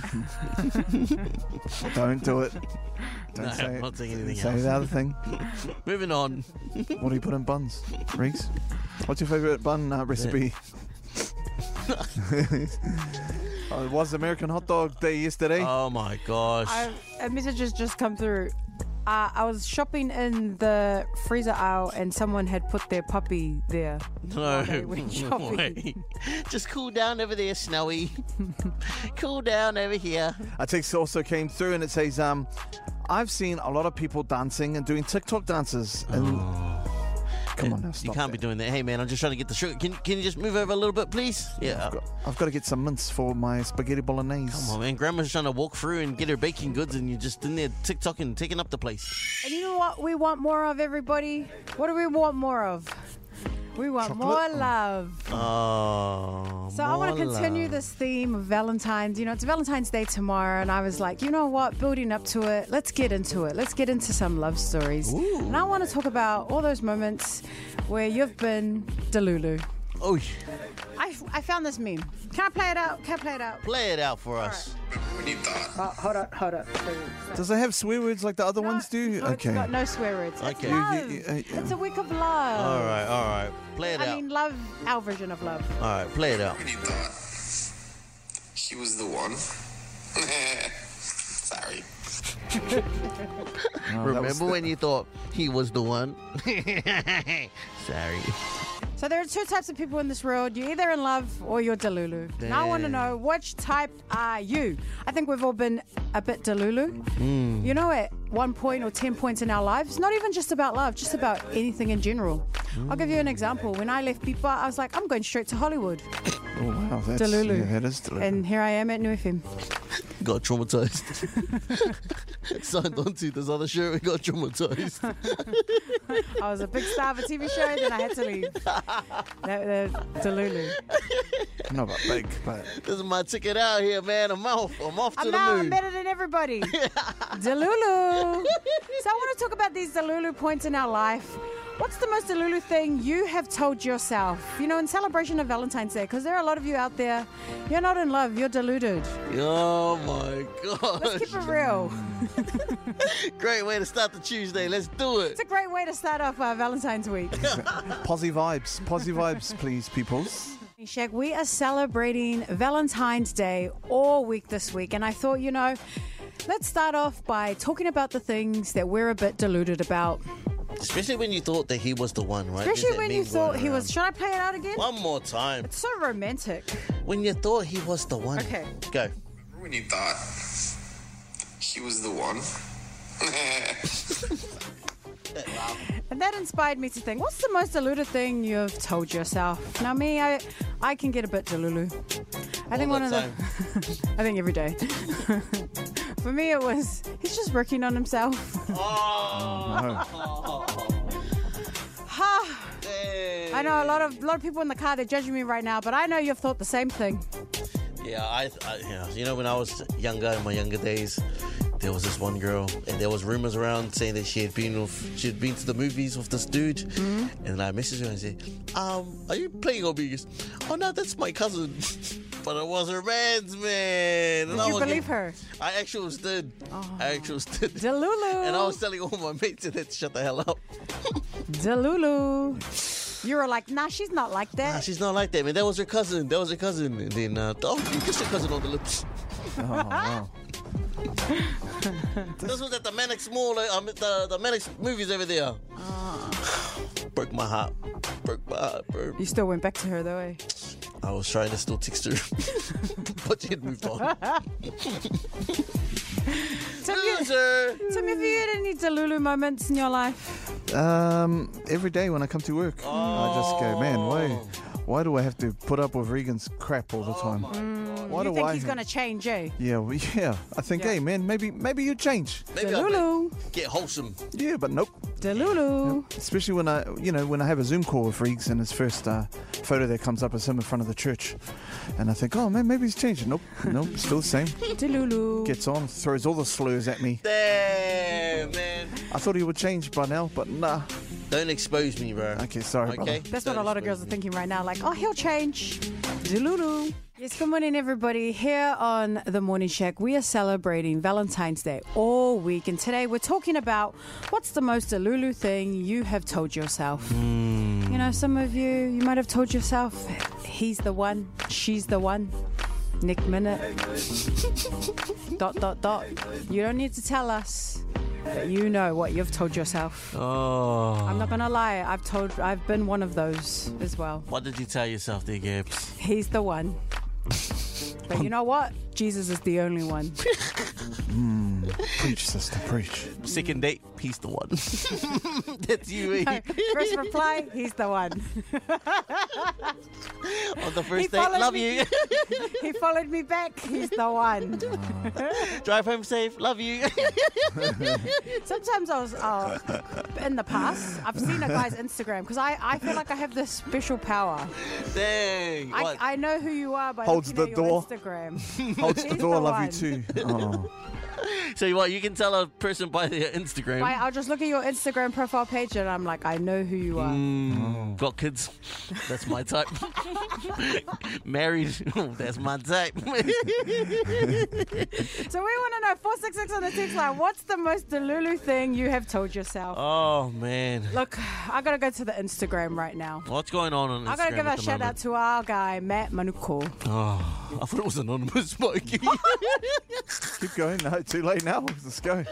Speaker 3: Don't do it. Don't
Speaker 4: No,
Speaker 3: say
Speaker 4: I'm
Speaker 3: it.
Speaker 4: not saying anything
Speaker 3: Say
Speaker 4: else.
Speaker 3: the other thing.
Speaker 4: Moving on.
Speaker 3: What do you put in buns, Riggs? What's your favourite bun uh, recipe? oh, it was American Hot Dog Day yesterday.
Speaker 4: Oh my gosh.
Speaker 2: I, a message has just come through. Uh, I was shopping in the freezer aisle and someone had put their puppy there.
Speaker 4: no.
Speaker 2: they went
Speaker 4: no
Speaker 2: shopping.
Speaker 4: way. Just cool down over there, Snowy. cool down over here.
Speaker 3: A text also came through and it says, um, I've seen a lot of people dancing and doing TikTok dances. And Come on
Speaker 4: Oh.
Speaker 3: now,
Speaker 4: You
Speaker 3: stop
Speaker 4: can't be
Speaker 3: that.
Speaker 4: doing that. Hey, man, I'm just trying to get the sugar. Can, can you just move over a little bit, please? Yeah.
Speaker 3: I've got to get some mince for my spaghetti bolognese.
Speaker 4: Come on, man. Grandma's trying to walk through and get her baking goods, and you're just in there TikTok and taking up the place.
Speaker 2: And you know what we want more of, everybody? What do we want more of? We want more love.
Speaker 4: Oh.
Speaker 2: So I want to continue this theme of Valentine's. You know, it's Valentine's Day tomorrow, and I was like, you know what? Building up to it, let's get into it. Let's get into some love stories. And I want to talk about all those moments where you've been Delulu.
Speaker 4: Oh, yeah.
Speaker 2: I, I found this meme. Can I play it out? Can I play it out?
Speaker 4: play it out for us.
Speaker 2: hold up, hold up.
Speaker 3: Does it have swear words like the other ones do?
Speaker 2: No, Oh, It's got no swear words. It's
Speaker 4: Okay. You-
Speaker 2: love.
Speaker 3: you- you- uh,
Speaker 2: it's a week of
Speaker 4: All
Speaker 2: love.
Speaker 4: right, all right. Play it
Speaker 2: I
Speaker 4: out.
Speaker 2: mean, Oh, love, our version of love.
Speaker 4: all right, play it out.
Speaker 5: really thought she was the one. Sorry.
Speaker 3: Oh,
Speaker 4: Remember when you thought he was the one? Sorry.
Speaker 2: So there are two types of people in this world. You're either in love or you're Delulu. Now I want to know which type are you? I think we've all been a bit Delulu. You know, at one point or 10 points in our lives, not even just about love, just about anything in general. I'll give you an example. When I left Bipa, I was like, I'm going straight to Hollywood.
Speaker 3: Oh, wow. That's,
Speaker 2: Delulu.
Speaker 3: yeah, that is Delulu.
Speaker 2: And here I am at New FM.
Speaker 4: Got traumatized. Signed on to this other show and got traumatized.
Speaker 2: I was a big star of a TV show, then I had to leave. That- that- Delulu.
Speaker 3: Not about big, but
Speaker 4: This is my ticket out here, man. I'm off. I'm off to
Speaker 2: I'm
Speaker 4: the
Speaker 2: out. I'm
Speaker 4: moon.
Speaker 2: better than everybody. Delulu. So I want to talk about these Delulu points in our life. What's the most Delulu thing you have told yourself? You know, in celebration of Valentine's Day, because there are a lot of you out there. You're not in love. You're deluded.
Speaker 4: Oh my
Speaker 2: Let's keep
Speaker 4: gosh.
Speaker 2: it real.
Speaker 4: Great way to start the Tuesday. Let's do it.
Speaker 2: It's a great way to start off uh, Valentine's week.
Speaker 3: posy vibes. Posy vibes, please, peoples.
Speaker 2: Shaq, we are celebrating Valentine's Day all week this week, and I thought, you know, let's start off by talking about the things that we're a bit deluded about.
Speaker 4: Especially when you thought that he was the one, right? There's
Speaker 2: Especially
Speaker 4: that
Speaker 2: when you
Speaker 4: meme
Speaker 2: thought
Speaker 4: going
Speaker 2: he was.
Speaker 4: around.
Speaker 2: Should I play it out again?
Speaker 4: One more time.
Speaker 2: So romantic.
Speaker 4: When you thought he was the one.
Speaker 2: Okay.
Speaker 4: Go.
Speaker 5: When you thought she was the one.
Speaker 2: And that inspired me to think, what's the most deluded thing you've told yourself? Now me, I I can get a bit delulu. I think
Speaker 4: All
Speaker 2: one
Speaker 4: the
Speaker 2: of
Speaker 4: time.
Speaker 2: the I think every day. For me it was he's just working on himself.
Speaker 3: Oh.
Speaker 2: Ha! I know a lot of lot of people in the car they're judging me right now, but I know you've thought the same thing.
Speaker 4: Yeah, I, I yeah. you know when I was younger in my younger days, there was this one girl, and there was rumors around saying that she had been with, she had been to the movies with this dude,
Speaker 2: Mm-hmm.
Speaker 4: and I messaged her and said, "Um, are you playing or being?" Oh no, that's my cousin. But it was her man's man. Did
Speaker 2: you believe her? Oh.
Speaker 4: I actually was did. I actually was did.
Speaker 2: Delulu.
Speaker 4: And I was telling all my mates that shut the hell up.
Speaker 2: Delulu. You were like, nah, she's not like
Speaker 4: Nah,
Speaker 2: that.
Speaker 4: she's not like that, man. That was her cousin. That was her cousin. And then, uh, oh, you kissed your cousin on the lips.
Speaker 3: Oh, wow.
Speaker 4: This was at the Manix Mall, uh, um, the, the Manix movies over there. Broke my heart. Broke my heart, bro.
Speaker 2: you still went back to her though, eh?
Speaker 4: I was trying to still text her, but she had moved on.
Speaker 2: Tim, you,
Speaker 4: Loser!
Speaker 2: Tim, have you had any Delulu moments in your life?
Speaker 3: Um, every day when I come to work, I just go, man, why, why do I have to put up with Regan's crap all the
Speaker 2: Oh
Speaker 3: time? Why
Speaker 2: Mm, you
Speaker 3: do
Speaker 2: think
Speaker 3: I?
Speaker 2: he's going to change, eh?
Speaker 3: Yeah, well, yeah. I think, hey, man, maybe, maybe you change.
Speaker 4: Maybe I'll
Speaker 2: Delulu.
Speaker 4: get wholesome.
Speaker 3: Yeah, but nope.
Speaker 2: Delulu.
Speaker 3: Especially when I, you know, when I have a Zoom call with Reegs and his first uh, photo that comes up is him in front of the church, and I think, oh man, maybe he's changed. Nope, nope, still the same.
Speaker 2: Delulu.
Speaker 3: Gets on, throws all the slurs at me.
Speaker 4: Damn, man.
Speaker 3: I thought he would change by now, but nah.
Speaker 4: Don't expose me, bro.
Speaker 3: Okay, sorry,
Speaker 4: Okay?
Speaker 3: brother.
Speaker 2: That's
Speaker 4: Don't
Speaker 2: what a lot of
Speaker 4: expose
Speaker 2: girls are
Speaker 4: me.
Speaker 2: thinking right now. Like, oh, he'll change. Delulu. Yes, good morning, everybody. Here on The Morning Shack, we are celebrating Valentine's Day all week. And today we're talking about what's the most Delulu thing you have told yourself. You know, some of you, you might have told yourself, he's the one, she's the one. Nick Minute. dot, dot, dot. You don't need to tell us. But you know what you've told yourself. I'm
Speaker 3: Oh.
Speaker 2: not gonna lie. I've told. I've been one of those as well.
Speaker 4: What did you tell yourself there, Gabs?
Speaker 2: He's the one. But you know what? Jesus is the only one.
Speaker 3: Preach, sister, preach.
Speaker 4: Second date, he's the one. That's you, eh?
Speaker 2: First reply, he's the one.
Speaker 4: On the
Speaker 2: He
Speaker 4: first date,
Speaker 2: followed
Speaker 4: love
Speaker 2: me.
Speaker 4: you.
Speaker 2: He followed me back. He's the one.
Speaker 4: Drive home safe, love you.
Speaker 2: Sometimes I was uh, in the past. I've seen a guy's Instagram because I, I feel like I have this special power.
Speaker 4: Dang.
Speaker 2: I,
Speaker 4: what?
Speaker 2: I know who you are by
Speaker 3: Holds
Speaker 2: looking
Speaker 3: the
Speaker 2: at your
Speaker 3: door.
Speaker 2: Instagram.
Speaker 3: Holds the
Speaker 2: He's
Speaker 3: door,
Speaker 2: the
Speaker 3: love
Speaker 2: one.
Speaker 3: you too. Oh.
Speaker 4: so what? You can tell a person by their Instagram.
Speaker 2: I, I'll just look at your Instagram profile page and I'm like, I know who you are.
Speaker 3: Mm.
Speaker 4: Got kids. That's my type. Married. Oh, That's my type.
Speaker 2: So we want to know 466 on the text line. What's the most Delulu thing you have told yourself?
Speaker 4: oh man,
Speaker 2: Look, I gotta go to the Instagram right now.
Speaker 4: what's going on on Instagram?
Speaker 2: I gotta give
Speaker 4: at
Speaker 2: a
Speaker 4: the
Speaker 2: shout out
Speaker 4: moment? Oh,
Speaker 2: to our guy Matt Manuko.
Speaker 4: I thought it was anonymous, Mikey.
Speaker 3: Keep going. No, it's Too late now. Let's go.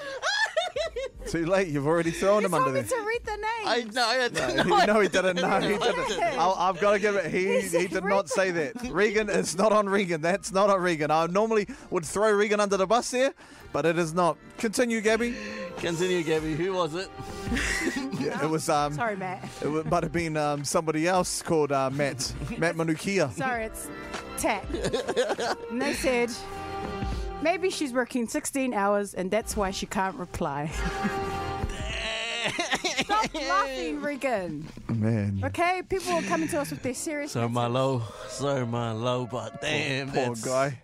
Speaker 3: Too late. You've already thrown
Speaker 2: You
Speaker 3: him under
Speaker 2: told me
Speaker 3: there.
Speaker 2: to read the name.
Speaker 4: I know. I don't know.
Speaker 3: no, he didn't. No, he didn't. I'll, I've got to give it. He,
Speaker 2: said
Speaker 3: he did not say that. Regan, it's not on Regan. That's not on Regan. I normally would throw Regan under the bus there, but it is not. Continue, Gabby.
Speaker 4: Continue, Gabby. Who was it?
Speaker 3: Yeah, it was. Um,
Speaker 2: Sorry, Matt.
Speaker 3: It wa- might have been um, somebody else called uh, Matt. Matt Manukia.
Speaker 2: Sorry, it's Tat. and they said, maybe she's working 16 hours and that's why she can't reply. Stop laughing, Regan.
Speaker 3: Man.
Speaker 2: Okay, people are coming to us with their serious.
Speaker 4: So my low, so my low, but damn,
Speaker 3: Poor
Speaker 4: that's,
Speaker 3: guy.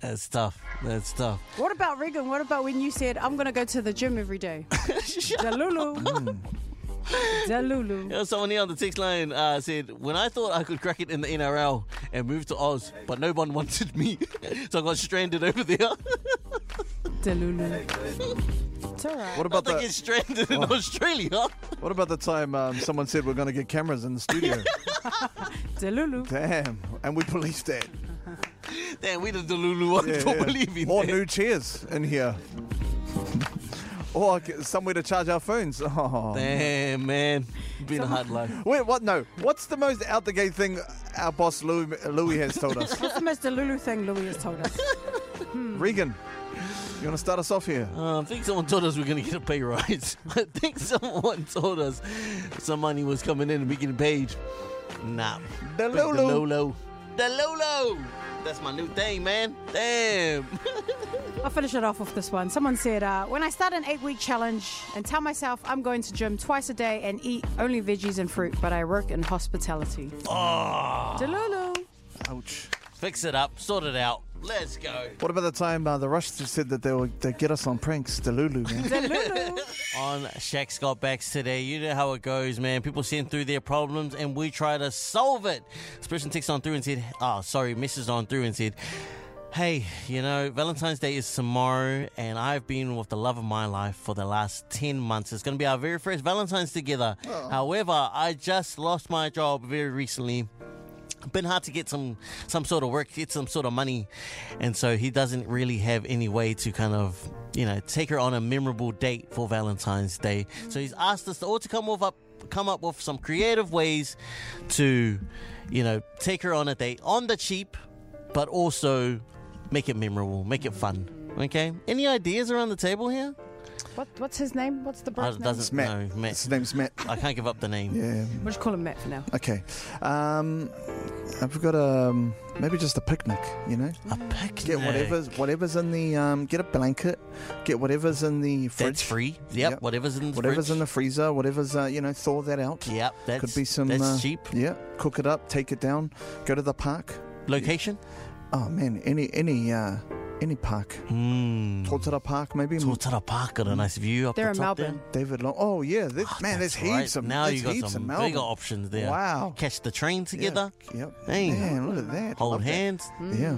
Speaker 4: That's tough. That's tough.
Speaker 2: What about Regan? What about when you said, I'm going to go to the gym every day? Dalulu.
Speaker 4: Mm.
Speaker 2: Dalulu.
Speaker 4: There was someone here on the text line uh, said, "When I thought I could crack it in the NRL and move to Oz, but no one wanted me, so I got stranded over there.
Speaker 2: Dalulu. It's all right.
Speaker 3: What
Speaker 4: I
Speaker 3: about
Speaker 4: think
Speaker 3: the
Speaker 4: it's stranded in Australia.
Speaker 3: What about the time um, someone said we're going to get cameras in the studio?
Speaker 2: Dalulu.
Speaker 3: Damn. And we policed that.
Speaker 4: Damn, we the Delulu one
Speaker 3: Yeah,
Speaker 4: for
Speaker 3: yeah.
Speaker 4: believing
Speaker 3: Or
Speaker 4: that.
Speaker 3: new chairs in here. or get somewhere to charge our phones. Oh.
Speaker 4: Damn, man, been a hard life.
Speaker 3: Wait, what? No. What's the most out the gate thing our boss Louis, Louis has told us?
Speaker 2: What's the most Dalulu thing Louis has told us?
Speaker 3: Regan, you want to start us off here?
Speaker 4: Uh, I think someone told us we are gonna get a pay rise. I think someone told us some money was coming in and we getting paid. Nah.
Speaker 3: The
Speaker 4: But The
Speaker 3: Lolo.
Speaker 4: Lolo. The Lolo. That's my new thing, man. Damn.
Speaker 2: I'll finish it off with this one. Someone said, uh, when I start an eight week challenge and tell myself I'm going to gym twice a day and eat only veggies and fruit, but I work in hospitality. Delulu.
Speaker 3: Ouch.
Speaker 4: Fix it up. Sort it out. Let's go.
Speaker 3: What about the time uh, the Rush said that they would they'd get us on pranks to Lulu, man?
Speaker 2: Delulu.
Speaker 4: On Shaq Scott Backs today, you know how it goes, man. People send through their problems and we try to solve it. This person texts on through and said, oh, sorry, misses on through and said, Hey, you know, Valentine's Day is tomorrow, and I've been with the love of my life for the last 10 months. It's going to be our very first Valentine's together. However, I just lost my job very recently. Been hard to get some some sort of work, get some sort of money, and so he doesn't really have any way to kind of you know take her on a memorable date for Valentine's Day. So he's asked us all to come with up come up with some creative ways to you know take her on a date on the cheap but also make it memorable, make it fun. Okay? Any ideas around the table here?
Speaker 2: what, what's his name? What's the
Speaker 4: I
Speaker 2: bro's name?
Speaker 4: Oh, doesn't
Speaker 3: Matt.
Speaker 4: know. Matt.
Speaker 3: His name's Matt.
Speaker 4: I can't give up the name.
Speaker 3: Yeah.
Speaker 2: We'll just call him Matt for now.
Speaker 3: Okay. Um, I've got um, maybe just a picnic, you know.
Speaker 4: A picnic.
Speaker 3: Get whatever's whatever's in the um, get a blanket, get whatever's in the fridge.
Speaker 4: That's free. Yep.
Speaker 3: Yep.
Speaker 4: Whatever's in the
Speaker 3: Whatever's
Speaker 4: fridge.
Speaker 3: in the freezer, whatever's uh, you know, thaw that out.
Speaker 4: Yep. That's
Speaker 3: Could be some.
Speaker 4: That's
Speaker 3: uh,
Speaker 4: cheap.
Speaker 3: Yeah. Cook it up, take it down, go to the park.
Speaker 4: Location.
Speaker 3: Oh man, any any uh, any park.
Speaker 4: Hmm.
Speaker 3: Totara Park maybe.
Speaker 4: Tortara Park got a nice view up
Speaker 2: They're
Speaker 4: the
Speaker 2: in
Speaker 4: top
Speaker 2: Melbourne.
Speaker 3: David Long. Oh yeah, that,
Speaker 4: there.
Speaker 3: man, there's
Speaker 4: Ah, That's right.
Speaker 3: heaps of
Speaker 4: now
Speaker 3: there's
Speaker 4: you got
Speaker 3: heaps
Speaker 4: some
Speaker 3: of
Speaker 4: bigger
Speaker 3: Melbourne.
Speaker 4: options there.
Speaker 3: Wow.
Speaker 4: Catch the train
Speaker 3: Yeah,
Speaker 4: together.
Speaker 3: Yep.
Speaker 4: Dang.
Speaker 3: Man, look at that.
Speaker 4: Hold
Speaker 3: Love that.
Speaker 4: hands.
Speaker 3: Yeah.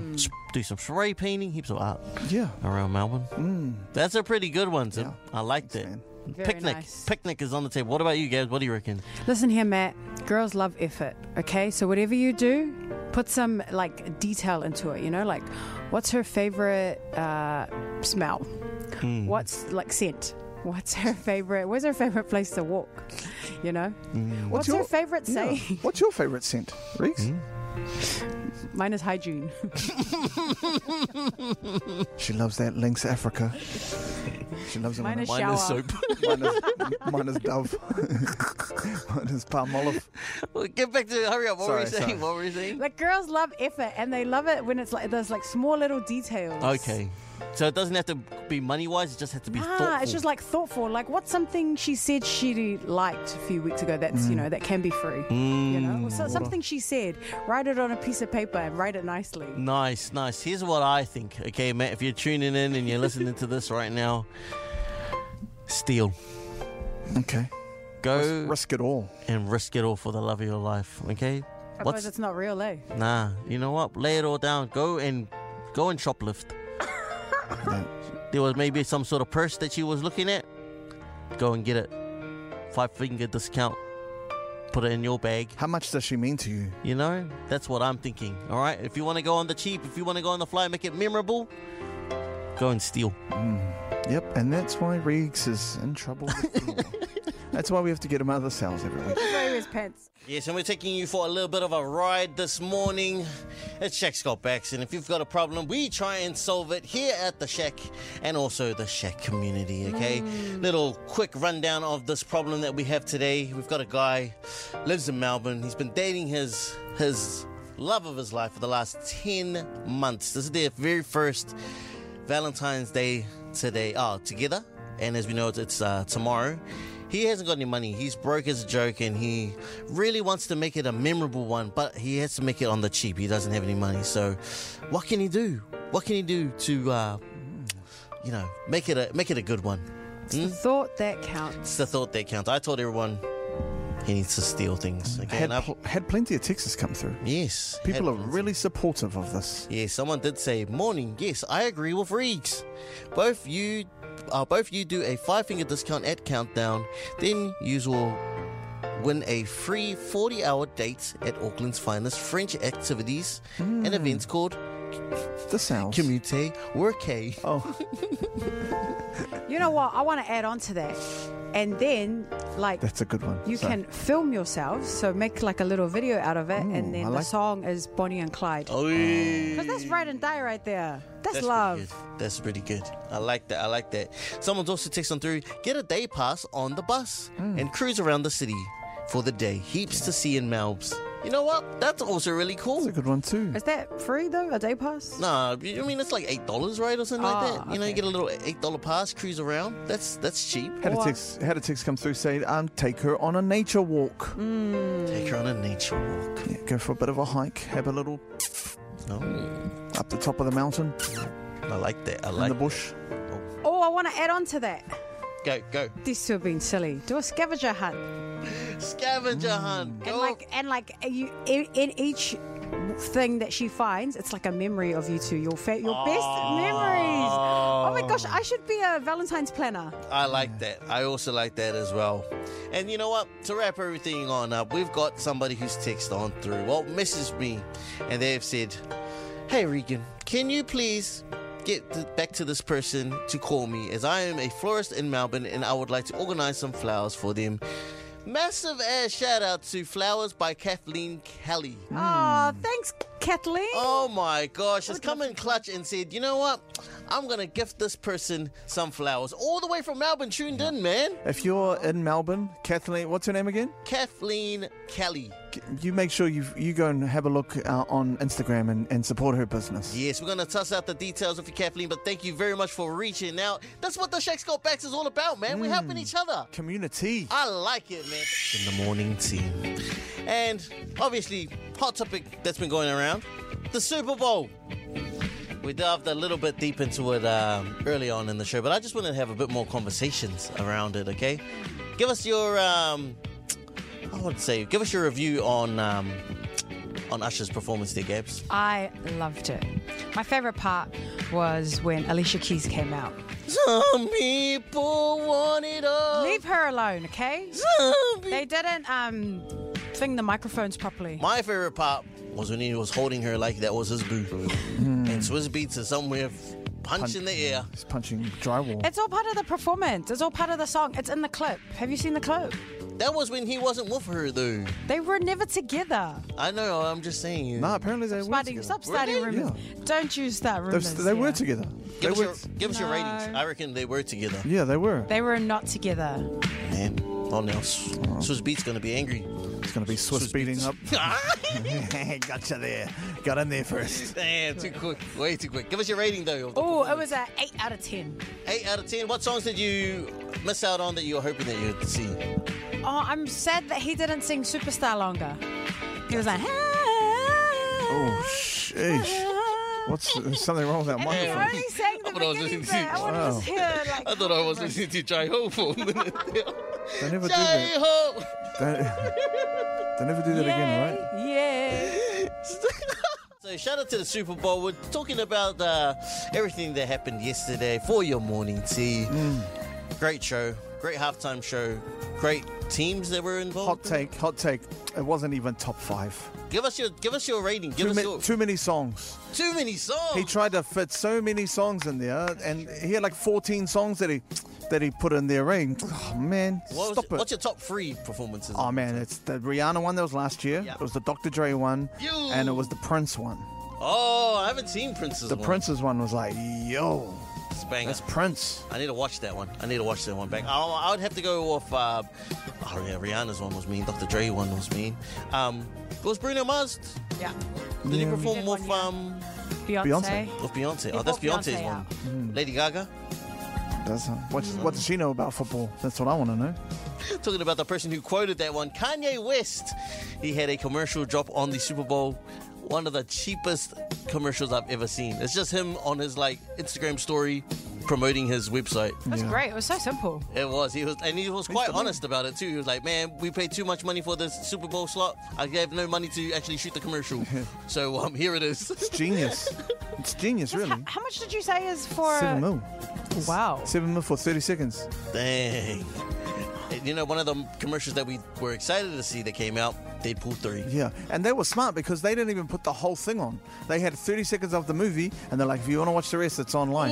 Speaker 4: Do some spray painting. Heaps of art
Speaker 3: Yeah.
Speaker 4: around Melbourne.
Speaker 3: Mm.
Speaker 4: That's a pretty good one, Tim.
Speaker 3: Yeah.
Speaker 4: I liked it.
Speaker 3: Thanks, man.
Speaker 2: Very
Speaker 4: picnic.
Speaker 2: nice.
Speaker 4: Picnic is on the table. What about you, guys? What do you reckon?
Speaker 2: Listen here, Matt. Girls love effort, okay? So whatever you do, put some like detail into it, you know? Like, what's her favorite uh, smell?
Speaker 4: Hmm. Mm-hmm.
Speaker 2: What's like scent? What's her favorite? Where's her favorite place to walk? You know?
Speaker 4: Hmm.
Speaker 2: What's, her
Speaker 3: your-
Speaker 2: favorite
Speaker 3: Yeah.
Speaker 2: saying?
Speaker 3: What's your favourite scent, Reeks?
Speaker 2: Mine is hygiene.
Speaker 4: Hmm?
Speaker 3: She loves that Lynx Africa. She loves it.
Speaker 2: Mine
Speaker 3: when
Speaker 2: is
Speaker 3: it-
Speaker 4: Mine is
Speaker 2: shower.
Speaker 4: soap.
Speaker 3: mine, is, mine is Dove. mine is palm olive.
Speaker 4: Well, Get back to hurry up. What were we saying?
Speaker 3: Sorry, sorry.
Speaker 4: What were we saying?
Speaker 2: like girls love effort, and they love it when it's like those like small little details.
Speaker 4: Okay. So it doesn't have to be money wise, it just has to be
Speaker 2: Ah,
Speaker 4: thoughtful.
Speaker 2: it's just like thoughtful. Like, what's something she said she liked a few weeks ago? That's you know that can be free. You know,
Speaker 4: Mm.
Speaker 2: Or so, something she said. Write it on a piece of paper and write it nicely.
Speaker 4: Mm. Nice, nice. Here's what I think. Okay, Matt, if you're tuning in and you're listening to this right now, steal.
Speaker 3: Okay.
Speaker 2: Oh.
Speaker 4: Go
Speaker 3: Risk it all.
Speaker 4: and risk it all for the love of your life. Okay?
Speaker 2: Otherwise,
Speaker 4: What's
Speaker 2: it's not real, eh?
Speaker 4: nah, you know what? Lay it all down. Go and go and shoplift.
Speaker 3: Yeah.
Speaker 4: There was maybe some sort of purse that she was looking at. Go and get it. Five finger discount. Put it in your bag.
Speaker 3: How much does she mean to you?
Speaker 4: You know, that's what I'm thinking. All right, if you want to go on the cheap, if you want to go on the fly, make it memorable. Go and steal.
Speaker 3: Yep, and that's why Reeks is in trouble with the law. That's why we have to get him out of the cells every week.
Speaker 6: Where is Pence?
Speaker 4: Yes, and we're taking you for a little bit of a ride this morning. It's Shack Scott Bax, and if you've got a problem, we try and solve it here at the Shack and also the Shack community, okay? Little quick rundown of this problem that we have today. We've got a guy, lives in Melbourne, he's been dating his his love of his life for the last 10 months. This is their very first Valentine's Day today. Oh, together. And as we know, it's- it's uh, tomorrow. He hasn't got any money. He's broke as a joke and he really wants to make it a memorable one, but he has to make it on the cheap. He doesn't have any money. So, what can he do? What can he do to, uh, you know, make it a make it a good one?
Speaker 2: The thought that counts.
Speaker 4: It's the thought that counts. I told everyone he needs to steal things. Okay,
Speaker 3: Had,
Speaker 4: and I've-
Speaker 3: pl- had plenty of texts come through.
Speaker 4: yes,
Speaker 3: People are
Speaker 4: had-
Speaker 3: really supportive of this.
Speaker 4: Yeah, someone did say, "Morning." Yes, I agree with Reeks. Both you, uh, both you do a five finger discount at Countdown, then you will win a free forty hour date at Auckland's finest French activities and events called
Speaker 3: The cells.
Speaker 4: Commute Workay.
Speaker 3: oh,
Speaker 2: You know what? I want to add on to that. And then, like,
Speaker 3: that's a good one.
Speaker 2: you
Speaker 3: So,
Speaker 2: can film yourself, so make like a little video out of it,
Speaker 3: Ooh,
Speaker 2: and then
Speaker 3: I
Speaker 2: the
Speaker 3: like-
Speaker 2: song is Bonnie and Clyde.
Speaker 4: Oh,
Speaker 2: Because that's right and die right there. That's,
Speaker 4: pretty
Speaker 2: love.
Speaker 4: good. That's pretty good. I like that. I like that. Someone's also texting through. Get a day pass on the bus and cruise around the city for the day. Heaps to see in Melbs. You know what? That's also really cool.
Speaker 3: That's a good one too.
Speaker 2: Is that free though? A day pass?
Speaker 4: Nah, you- I mean it's like eight dollars, right, or something like
Speaker 2: Ah,
Speaker 4: that. You know, you
Speaker 2: okay.
Speaker 4: get a little eight dollar pass, cruise around. That's that's cheap.
Speaker 3: Had a text, had a text come through saying, um, take her on a nature walk.
Speaker 2: Mm. Hmm.
Speaker 4: Take her on a nature walk.
Speaker 3: Yeah, go for a bit of a hike, have a little
Speaker 4: Oh,
Speaker 2: Hmm.
Speaker 3: up the top of the mountain
Speaker 4: I like that. I
Speaker 3: in
Speaker 4: like
Speaker 3: the bush.
Speaker 2: Oh, I want to add on to that.
Speaker 4: Go go
Speaker 2: These two have been silly. Do a scavenger hunt.
Speaker 4: scavenger hunt.
Speaker 3: Oh.
Speaker 2: And
Speaker 4: Go.
Speaker 2: like, and like, you in, in each thing that she finds, it's like a memory of you two. Your fa- your best memories. Oh my gosh, I should be a Valentine's planner.
Speaker 4: I like that. I also like that as well. And you know what? To wrap everything on up, we've got somebody who's texted on through, well, messaged me, and they've said, Hey, Regan, can you please get th- back to this person to call me as I am a florist in Melbourne and I would like to organize some flowers for them? Massive ass shout out to Flowers by Kathleen Kelly.
Speaker 2: Oh, thanks, Kathleen.
Speaker 4: Oh my gosh, it's come in clutch and said, you know what? I'm gonna gift this person some flowers. All the way from Melbourne, tuned in, man.
Speaker 3: If you're in Melbourne, Kathleen, what's her name again?
Speaker 4: Kathleen Kelly.
Speaker 3: You make sure you you go and have a look uh, on Instagram and, and support her business.
Speaker 4: Yes, we're gonna toss out the details with you, Kathleen, but thank you very much for reaching out. That's what the Shakes Got Backs is all about, man. We're helping each other.
Speaker 3: Community.
Speaker 4: I like it, man. Hmm. In the morning team. And obviously, hot topic that's been going around the Super Bowl. We dived a little bit deep into it um, early on in the show, but I just want to have a bit more conversations around it, okay? Give us your, um, I would say, give us your review on um, on Usher's performance there, Gabs.
Speaker 2: I loved it. My favorite part was when Alicia Keys came out.
Speaker 4: Some people want it all.
Speaker 2: Leave her alone, okay?
Speaker 4: Some people-
Speaker 2: They didn't um thing the microphones properly.
Speaker 4: My favorite part was when he was holding her like that was his boo.
Speaker 3: Hmm.
Speaker 4: and Swizz Beats is somewhere f- punch, in the air.
Speaker 3: It's punching drywall.
Speaker 2: It's all part of the performance. It's all part of the song. It's in the clip. Have you seen the clip?
Speaker 4: That was when he wasn't with her though.
Speaker 2: They were never together.
Speaker 4: I know, I'm just saying.
Speaker 3: no, apparently they were
Speaker 2: Smarty,
Speaker 3: together.
Speaker 2: stop starting
Speaker 4: they?
Speaker 2: rumors. Don't you start
Speaker 3: They,
Speaker 2: rumors.
Speaker 3: they were
Speaker 2: yeah.
Speaker 3: together. They
Speaker 4: Give, us
Speaker 3: were.
Speaker 4: your, give us your ratings. I reckon they were together.
Speaker 3: yeah, they were.
Speaker 2: They were not together.
Speaker 4: Man, oh no, S-
Speaker 3: Uh-huh.
Speaker 4: Swizz Beats gonna be angry.
Speaker 3: It's going to be Swiss
Speaker 4: Swiss
Speaker 3: beating
Speaker 4: beats.
Speaker 3: up. gotcha there. Got in there first.
Speaker 4: Damn, too quick, way too quick. Give us your rating though. of the
Speaker 2: Oh, it
Speaker 4: performance.
Speaker 2: was a eight out of ten.
Speaker 4: eight out of ten. What songs did you miss out on that you were hoping that you'd see?
Speaker 2: Oh, I'm sad that he didn't sing Superstar longer. He was like, "Ah,
Speaker 3: Oh, sheesh. What's there's something wrong with that
Speaker 2: and he
Speaker 3: microphone?
Speaker 2: only sang the
Speaker 4: Oh, I thought I was
Speaker 2: beginning
Speaker 4: listening
Speaker 2: bit.
Speaker 4: to-
Speaker 2: I wanted to
Speaker 3: Wow.
Speaker 2: hear, like,
Speaker 4: I was listening to J Ho for a minute.
Speaker 3: They never
Speaker 4: J
Speaker 3: do that.
Speaker 4: Ho.
Speaker 3: They, they never do that again, right?
Speaker 2: Yeah.
Speaker 4: So shout out to the Super Bowl. We're talking about uh, everything that happened
Speaker 3: Mm.
Speaker 4: yesterday for your morning tea. Great show, great halftime show, great teams that were involved?
Speaker 3: Hot take, hot take. It wasn't even top five.
Speaker 4: Give us your give us your rating. Give
Speaker 3: Too,
Speaker 4: us
Speaker 3: ma-
Speaker 4: your
Speaker 3: too many songs.
Speaker 4: too many songs.
Speaker 3: He tried to fit so many songs in there, and he had like 14 songs that he that he put in their ring. Oh man,
Speaker 4: What was-
Speaker 3: stop it!
Speaker 4: What's your top three performances?
Speaker 3: oh man, it's the Rihanna one that was last year. It was the Dr. Dre one,
Speaker 4: Yo.
Speaker 3: and it was the Prince one.
Speaker 4: Oh, I haven't seen Prince's
Speaker 3: The
Speaker 4: one.
Speaker 3: Prince's one was like, yo,
Speaker 4: It's a banger.
Speaker 3: that's Prince.
Speaker 4: I need to watch that one. I need to watch that one back. I, I would have to go off. Uh, oh yeah, Rihanna's one was mean. Dr. Dre one was mean. Um, was Bruno Mars?
Speaker 2: Yeah.
Speaker 4: Did he
Speaker 3: Yeah.
Speaker 4: perform
Speaker 2: He did
Speaker 4: with
Speaker 2: one, yeah.
Speaker 4: um
Speaker 2: Beyonce.
Speaker 3: Beyonce.
Speaker 4: with Beyonce?
Speaker 2: He
Speaker 4: Oh, that's
Speaker 2: brought Beyonce
Speaker 4: Beyonce's one.
Speaker 2: out.
Speaker 4: Lady Gaga.
Speaker 3: That's what,
Speaker 4: Mm-hmm.
Speaker 3: what does she know about football? That's what I want to know.
Speaker 4: Talking about the person who quoted that one, Kanye West. He had a commercial drop on the Super Bowl. One of the cheapest commercials I've ever seen. It's just him on his like Instagram story promoting his website.
Speaker 2: That's
Speaker 3: Yeah.
Speaker 2: great. It was so simple.
Speaker 4: It was. He was, and he was quite honest about it too. He was like, "Man, we paid too much money for this Super Bowl slot. I gave no money to actually shoot the commercial. so um, here it is.
Speaker 3: It's genius. it's genius,
Speaker 2: How,
Speaker 3: really.
Speaker 2: how much did you say is for?
Speaker 3: Seven mil.
Speaker 4: Oh.
Speaker 2: Wow.
Speaker 3: Seven mil for 30 seconds.
Speaker 4: Dang. You know, one of the commercials that we were excited to see that came out, Deadpool three.
Speaker 3: Yeah, and they were smart because they didn't even put the whole thing on. They had 30 seconds of the movie, and they're like, if you want to watch the rest, it's online.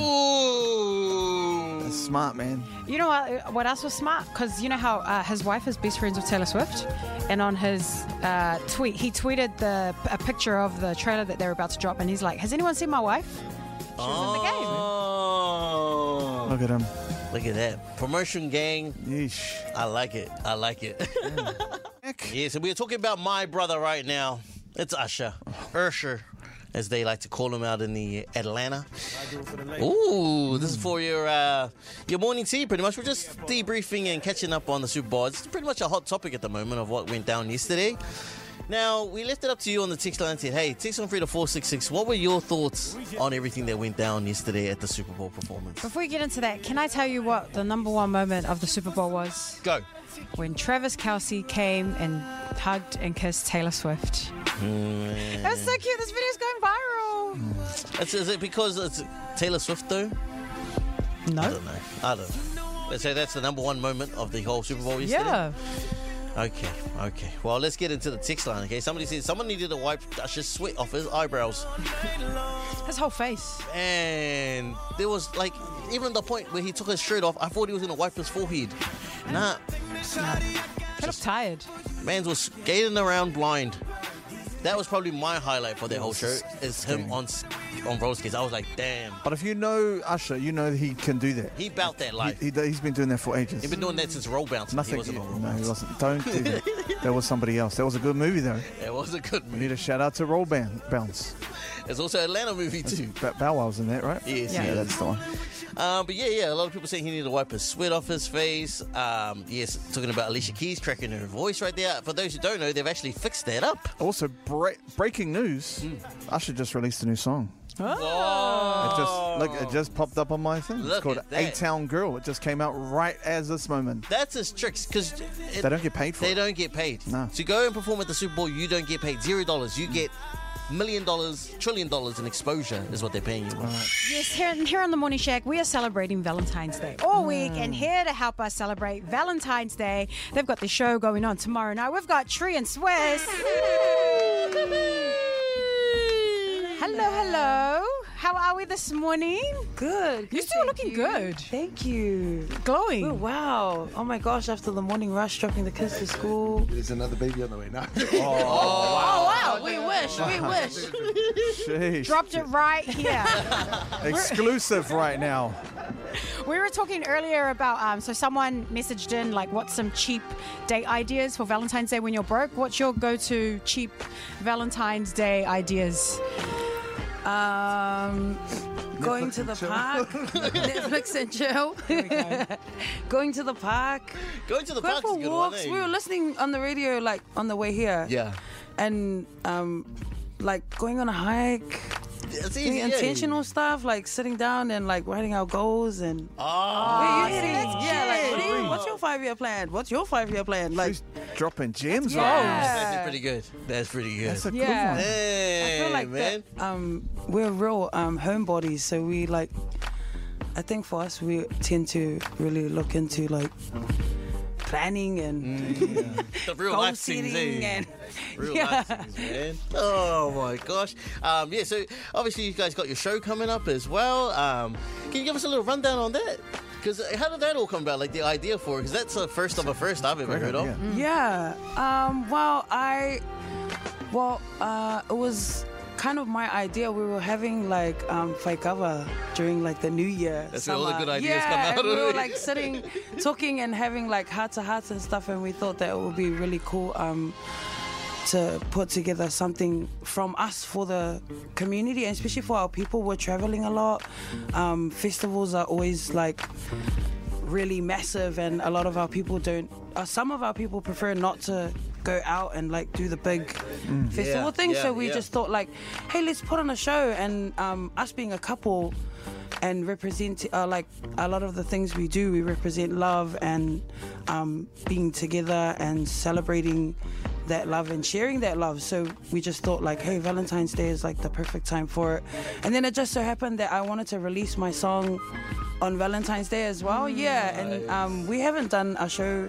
Speaker 4: Ooh.
Speaker 3: That's smart, man.
Speaker 2: You know what? What else was smart? Because you know how uh, his wife is best friends with Taylor Swift, and on his uh, tweet, he tweeted the a picture of the trailer that they were about to drop, and he's like, "Has anyone seen my wife?" She was in the game.
Speaker 4: Oh.
Speaker 3: Look at him.
Speaker 4: Look at that promotion gang.
Speaker 3: Yeesh.
Speaker 4: I like it. I like it.
Speaker 3: Heck.
Speaker 4: Yeah, so we're talking about my brother right now. It's Usher. Usher, as they like to call him out in the Atlanta. Ooh, this is for your uh, your morning tea, pretty much. We're just debriefing and catching up on the Super Bowl. It's pretty much a hot topic at the moment of what went down yesterday. Now, we left it up to you on the text line and said, hey, text on three to 466. What were your thoughts on everything that went down yesterday at the Super Bowl performance?
Speaker 2: Before we get into that, can I tell you what the number one moment of the Super Bowl was?
Speaker 4: Go.
Speaker 2: when Travis Kelsey came and hugged and kissed Taylor Swift. That was so cute. This video's going viral.
Speaker 4: It's, is it because it's Taylor Swift, though? I
Speaker 2: No.
Speaker 4: don't know. I don't know. Let's say that's the number one moment of the whole Super Bowl yesterday.
Speaker 2: Yeah.
Speaker 4: Okay. Okay. Well, let's get into the text line. Okay. Somebody said someone needed to wipe Usher's sweat off his eyebrows,
Speaker 2: His whole face.
Speaker 4: and there was like even the point where he took his shirt off. I thought he was gonna wipe his forehead. Nah,
Speaker 2: He looked tired.
Speaker 4: man's was skating around blind. That was probably my highlight for that whole show is him on s- on roller skates. I was like, damn,
Speaker 3: But if you know Usher, you know he can do that.
Speaker 4: he bout that life.
Speaker 3: He, he, has been doing that for ages.
Speaker 4: He's been doing that since roll bouncing.
Speaker 3: Nothing.
Speaker 4: He wasn't on roll
Speaker 3: no, he
Speaker 4: bouncing.
Speaker 3: wasn't. Don't do that. that was somebody else. That was a good movie, though.
Speaker 4: It was a good
Speaker 3: We
Speaker 4: movie.
Speaker 3: need a shout out to Roll Ban- Bounce.
Speaker 4: It's also an Atlanta movie too.
Speaker 3: Ba- Bow Wow's in that, right?
Speaker 4: Yes,
Speaker 2: Yeah.
Speaker 3: Yeah,
Speaker 4: yes.
Speaker 3: that's the one.
Speaker 4: Um, but yeah, yeah, a lot of people saying he needed to wipe his sweat off his face. Um, yes, talking about Alicia Keys cracking her voice right there. For those who don't know, they've actually fixed that up.
Speaker 3: Also, bre- breaking news
Speaker 4: Hmm.
Speaker 3: Usher just released a new song.
Speaker 4: Oh,
Speaker 3: It just look, it just popped up on my thing.
Speaker 4: Look
Speaker 3: it's called
Speaker 4: at that.
Speaker 3: A Town Girl. It just came out right as this moment.
Speaker 4: that's his tricks because
Speaker 3: They don't get paid for
Speaker 4: They
Speaker 3: it.
Speaker 4: don't get paid.
Speaker 3: No.
Speaker 4: To go and perform at the Super Bowl, you don't get paid zero dollars. You get million dollars, trillion dollars in exposure is what they're paying you.
Speaker 2: Yes, here, here on the Morning Shack, we are celebrating Valentine's Day
Speaker 7: Mm.
Speaker 2: all week, and here to help us celebrate Valentine's Day, they've got the show going on tomorrow night. We've got Tree and Swiss. Hello, hello. How are we this morning?
Speaker 7: Good.
Speaker 2: You're
Speaker 7: good,
Speaker 2: still
Speaker 7: thank
Speaker 2: looking
Speaker 7: you.
Speaker 2: good.
Speaker 7: Thank you.
Speaker 2: Glowing.
Speaker 7: Oh, wow. Oh my gosh, after the morning rush, dropping the kids to school.
Speaker 8: There's another baby on the way now.
Speaker 7: Oh, wow. We wish. We wish.
Speaker 3: Jeez.
Speaker 2: Dropped it right here.
Speaker 3: Exclusive right now.
Speaker 2: We were talking earlier about um, so someone messaged in like, what's some cheap date ideas for Valentine's Day when you're broke? What's your go-to cheap Valentine's Day ideas? Uh,
Speaker 7: Um, going to the park. Netflix and chill. going to the park.
Speaker 4: Going to the
Speaker 7: Going
Speaker 4: park is a
Speaker 7: for
Speaker 4: good
Speaker 7: walks.
Speaker 4: one. eh?
Speaker 7: We were listening on the radio, like on the way here.
Speaker 4: yeah,
Speaker 7: And um, like going on a hike,
Speaker 4: it's
Speaker 7: doing
Speaker 4: easy. yeah.
Speaker 7: intentional stuff, like sitting down and like writing our goals and
Speaker 4: Ah,
Speaker 7: Wait, you see, yeah, like, what do you- what's your five year plan? What's your five year plan? Like,
Speaker 3: She's dropping gems.
Speaker 7: Yeah.
Speaker 3: right now.
Speaker 4: that's pretty good. That's pretty good.
Speaker 3: That's a
Speaker 7: Yeah.
Speaker 3: good one.
Speaker 4: Hey,
Speaker 7: I feel like
Speaker 4: man.
Speaker 7: that, um, we're real um, homebodies, so we like. I think for us, we tend to really look into like
Speaker 9: planning
Speaker 4: Mm.
Speaker 9: and
Speaker 4: The real
Speaker 9: goal
Speaker 4: life scenes,
Speaker 9: setting
Speaker 4: eh?
Speaker 9: and
Speaker 4: Real
Speaker 9: Yeah.
Speaker 4: life scenes, man. Oh my gosh. Um, yeah, so obviously you guys got your show coming up as well. Um, can you give us a little rundown on that? Because how did that all come about? Like the idea for it? Because that's a first of a first I've ever
Speaker 3: Great
Speaker 4: heard
Speaker 3: idea.
Speaker 4: of.
Speaker 7: Yeah. Um, well, I, well, uh, it was kind of my idea. We were having like um, Faikava during like the New Year.
Speaker 4: That's where all the
Speaker 7: summer.
Speaker 4: good ideas
Speaker 7: yeah,
Speaker 4: come out
Speaker 7: and we
Speaker 4: of
Speaker 7: were
Speaker 4: it.
Speaker 7: like sitting, talking, and having like heart to hearts and stuff, and we thought that it would be really cool. Um, to put together something from us for the community and especially for our people. We're traveling a lot. Um, festivals are always like really massive, and a lot of our people don't. Uh, some of our people prefer not to go out and like do the big festival
Speaker 4: Mm. Yeah,
Speaker 7: thing.
Speaker 4: yeah,
Speaker 7: so we
Speaker 4: yeah.
Speaker 7: just thought like, hey, let's put on a show, and um, us being a couple. And represent uh, like a lot of the things we do, we represent love and um, being together and celebrating that love and sharing that love. So we just thought like, hey, Valentine's Day is like the perfect time for it. And then it just so happened that I wanted to release my song on Valentine's Day as well. Yeah, and um, we haven't done a show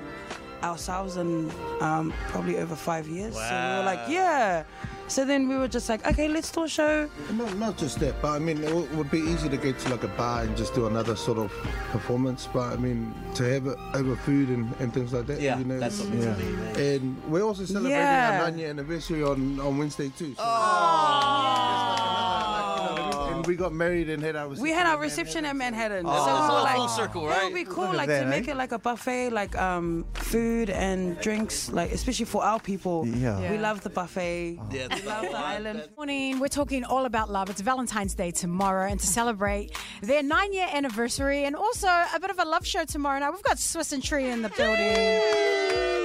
Speaker 7: ourselves in um, probably over five years. So we were
Speaker 4: Wow.
Speaker 7: like, yeah. So then we were just like, okay, let's do a show.
Speaker 10: Not, not just that, but I mean, it w- would be easy to go to like a bar and just do another sort of performance, but I mean, to have it over food and, and things like that.
Speaker 4: Yeah,
Speaker 10: you know,
Speaker 4: that's what
Speaker 10: it's-
Speaker 4: meant to
Speaker 3: Yeah.
Speaker 4: be, man.
Speaker 10: And we're also celebrating
Speaker 7: Yeah.
Speaker 10: our nine year anniversary on, on Wednesday, too. So
Speaker 4: Oh.
Speaker 10: And we got married and had our
Speaker 7: We had our reception at Manhattan.
Speaker 4: It's
Speaker 7: so we
Speaker 4: all
Speaker 7: were like,
Speaker 4: full circle,
Speaker 7: It
Speaker 4: right?
Speaker 7: would be cool,
Speaker 3: at
Speaker 7: like
Speaker 3: that,
Speaker 7: to make
Speaker 3: eh?
Speaker 7: it like a buffet, like um, food and drinks, like especially for our people.
Speaker 3: Yeah.
Speaker 7: we
Speaker 9: Yeah.
Speaker 7: love the buffet.
Speaker 2: Mm.
Speaker 4: Yeah,
Speaker 7: we love the island.
Speaker 2: Morning. We're talking all about love. It's Valentine's Day tomorrow, and to celebrate their nine year anniversary and also a bit of a love show tomorrow night, we've got Swiss and Tree in the building.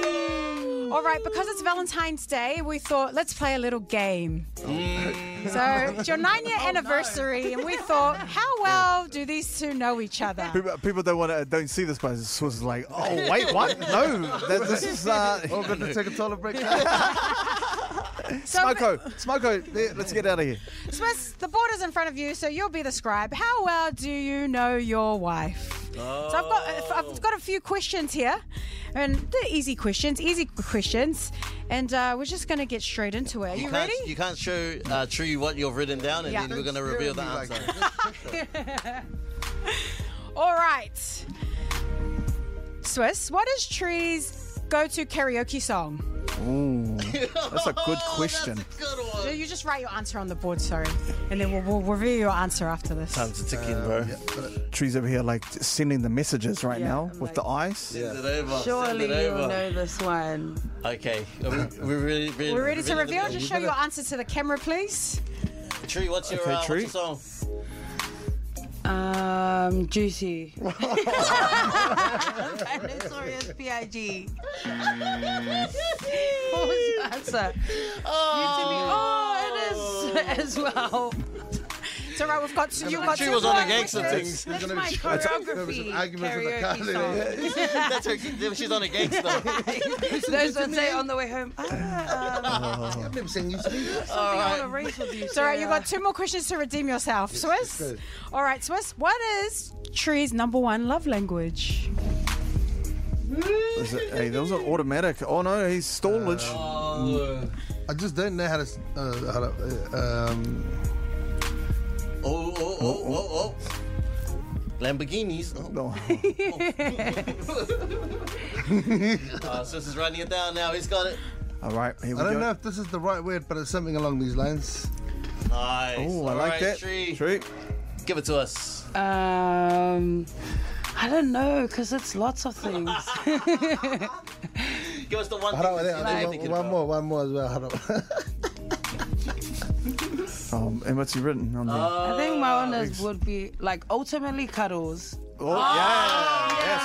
Speaker 2: All right, because it's Valentine's Day, we thought let's play a little game. So it's your nine year anniversary, and we thought, how well do these two know each other?
Speaker 3: People, people don't want to don't see this, but it's was like, oh wait, what? No, that, this is uh,
Speaker 10: We're going Oh, to take a toilet break.
Speaker 2: So,
Speaker 3: Smoko, Smoko. there, Let's get out of here.
Speaker 2: Swiss, the board is in front of you, so you'll be the scribe. How well do you know your wife? So I've got I've got a few questions here, and they're easy questions, easy questions, and uh, we're just gonna get straight into it. Are you,
Speaker 4: You can't,
Speaker 2: ready?
Speaker 4: you can't show uh, Tree what you've written down, and
Speaker 2: Yeah.
Speaker 4: then we're going to reveal the answer.
Speaker 2: All right, Swiss. What is Tree's go-to karaoke song?
Speaker 3: That's a
Speaker 4: Oh,
Speaker 3: good question.
Speaker 4: Good one.
Speaker 2: You just write your answer on the board, sorry, and then we'll, we'll reveal your answer after this.
Speaker 4: Time's a ticking, bro.
Speaker 3: Trees over here, like sending the messages right now with the eyes.
Speaker 4: Send it over.
Speaker 7: Surely
Speaker 4: Send it
Speaker 7: you
Speaker 4: over.
Speaker 7: know this one.
Speaker 4: Okay. Are we, we're really, really,
Speaker 2: We're ready to
Speaker 4: really-
Speaker 2: reveal. Just show your answer to the camera, please.
Speaker 4: Tree, what's your,
Speaker 3: Okay,
Speaker 4: uh,
Speaker 3: Tree.
Speaker 4: What's your song?
Speaker 7: Um, juicy. Dinosaurus P.I.G. what was your answer? Oh, it is as well.
Speaker 2: So right, we've got you've got
Speaker 4: Tree
Speaker 2: two
Speaker 4: was on the
Speaker 2: more
Speaker 4: gangster
Speaker 2: questions.
Speaker 4: things.
Speaker 7: That's my
Speaker 10: There was
Speaker 7: choreography.
Speaker 10: an argument in the car
Speaker 7: karaoke
Speaker 10: there.
Speaker 7: song.
Speaker 2: Oh!
Speaker 4: That's her. She's on a gangster.
Speaker 7: Those that say on the way home, ah,
Speaker 10: I've never seen you speak.
Speaker 7: um, something I want to race with you.
Speaker 2: So right, you've
Speaker 7: Sarah.
Speaker 2: got two more questions to redeem yourself, Swiss.
Speaker 10: good.
Speaker 2: All right, Swiss. What is Tree's number one love language?
Speaker 3: Is it- hey, that was an automatic. Oh no, he's stallage.
Speaker 4: Oh,
Speaker 10: I just don't know how to. s- Uh, how to uh, um,
Speaker 4: Oh, oh, oh, oh, oh. Lamborghinis. Oh.
Speaker 3: No.
Speaker 4: Uh, so this is running it down now. He's got it.
Speaker 3: All right, here we
Speaker 10: I don't
Speaker 3: go.
Speaker 10: know if this is the right word, but it's something along these lines.
Speaker 4: Nice.
Speaker 3: Oh, I
Speaker 4: All
Speaker 3: like
Speaker 4: right,
Speaker 3: that.
Speaker 4: Tree.
Speaker 3: Tree.
Speaker 4: Give it to us.
Speaker 7: Um, I don't know, because it's lots of things.
Speaker 4: Give us the one thing.
Speaker 10: I don't,
Speaker 4: that's-
Speaker 10: I
Speaker 4: you're
Speaker 10: think
Speaker 4: thinking
Speaker 10: one, one
Speaker 4: about.
Speaker 10: more, one more as well. I don't-
Speaker 3: Um, and what's he written on there?
Speaker 4: Uh,
Speaker 7: I think
Speaker 4: Ah,
Speaker 7: my one is, would be like ultimately cuddles.
Speaker 3: oh,
Speaker 4: ah,
Speaker 3: yeah.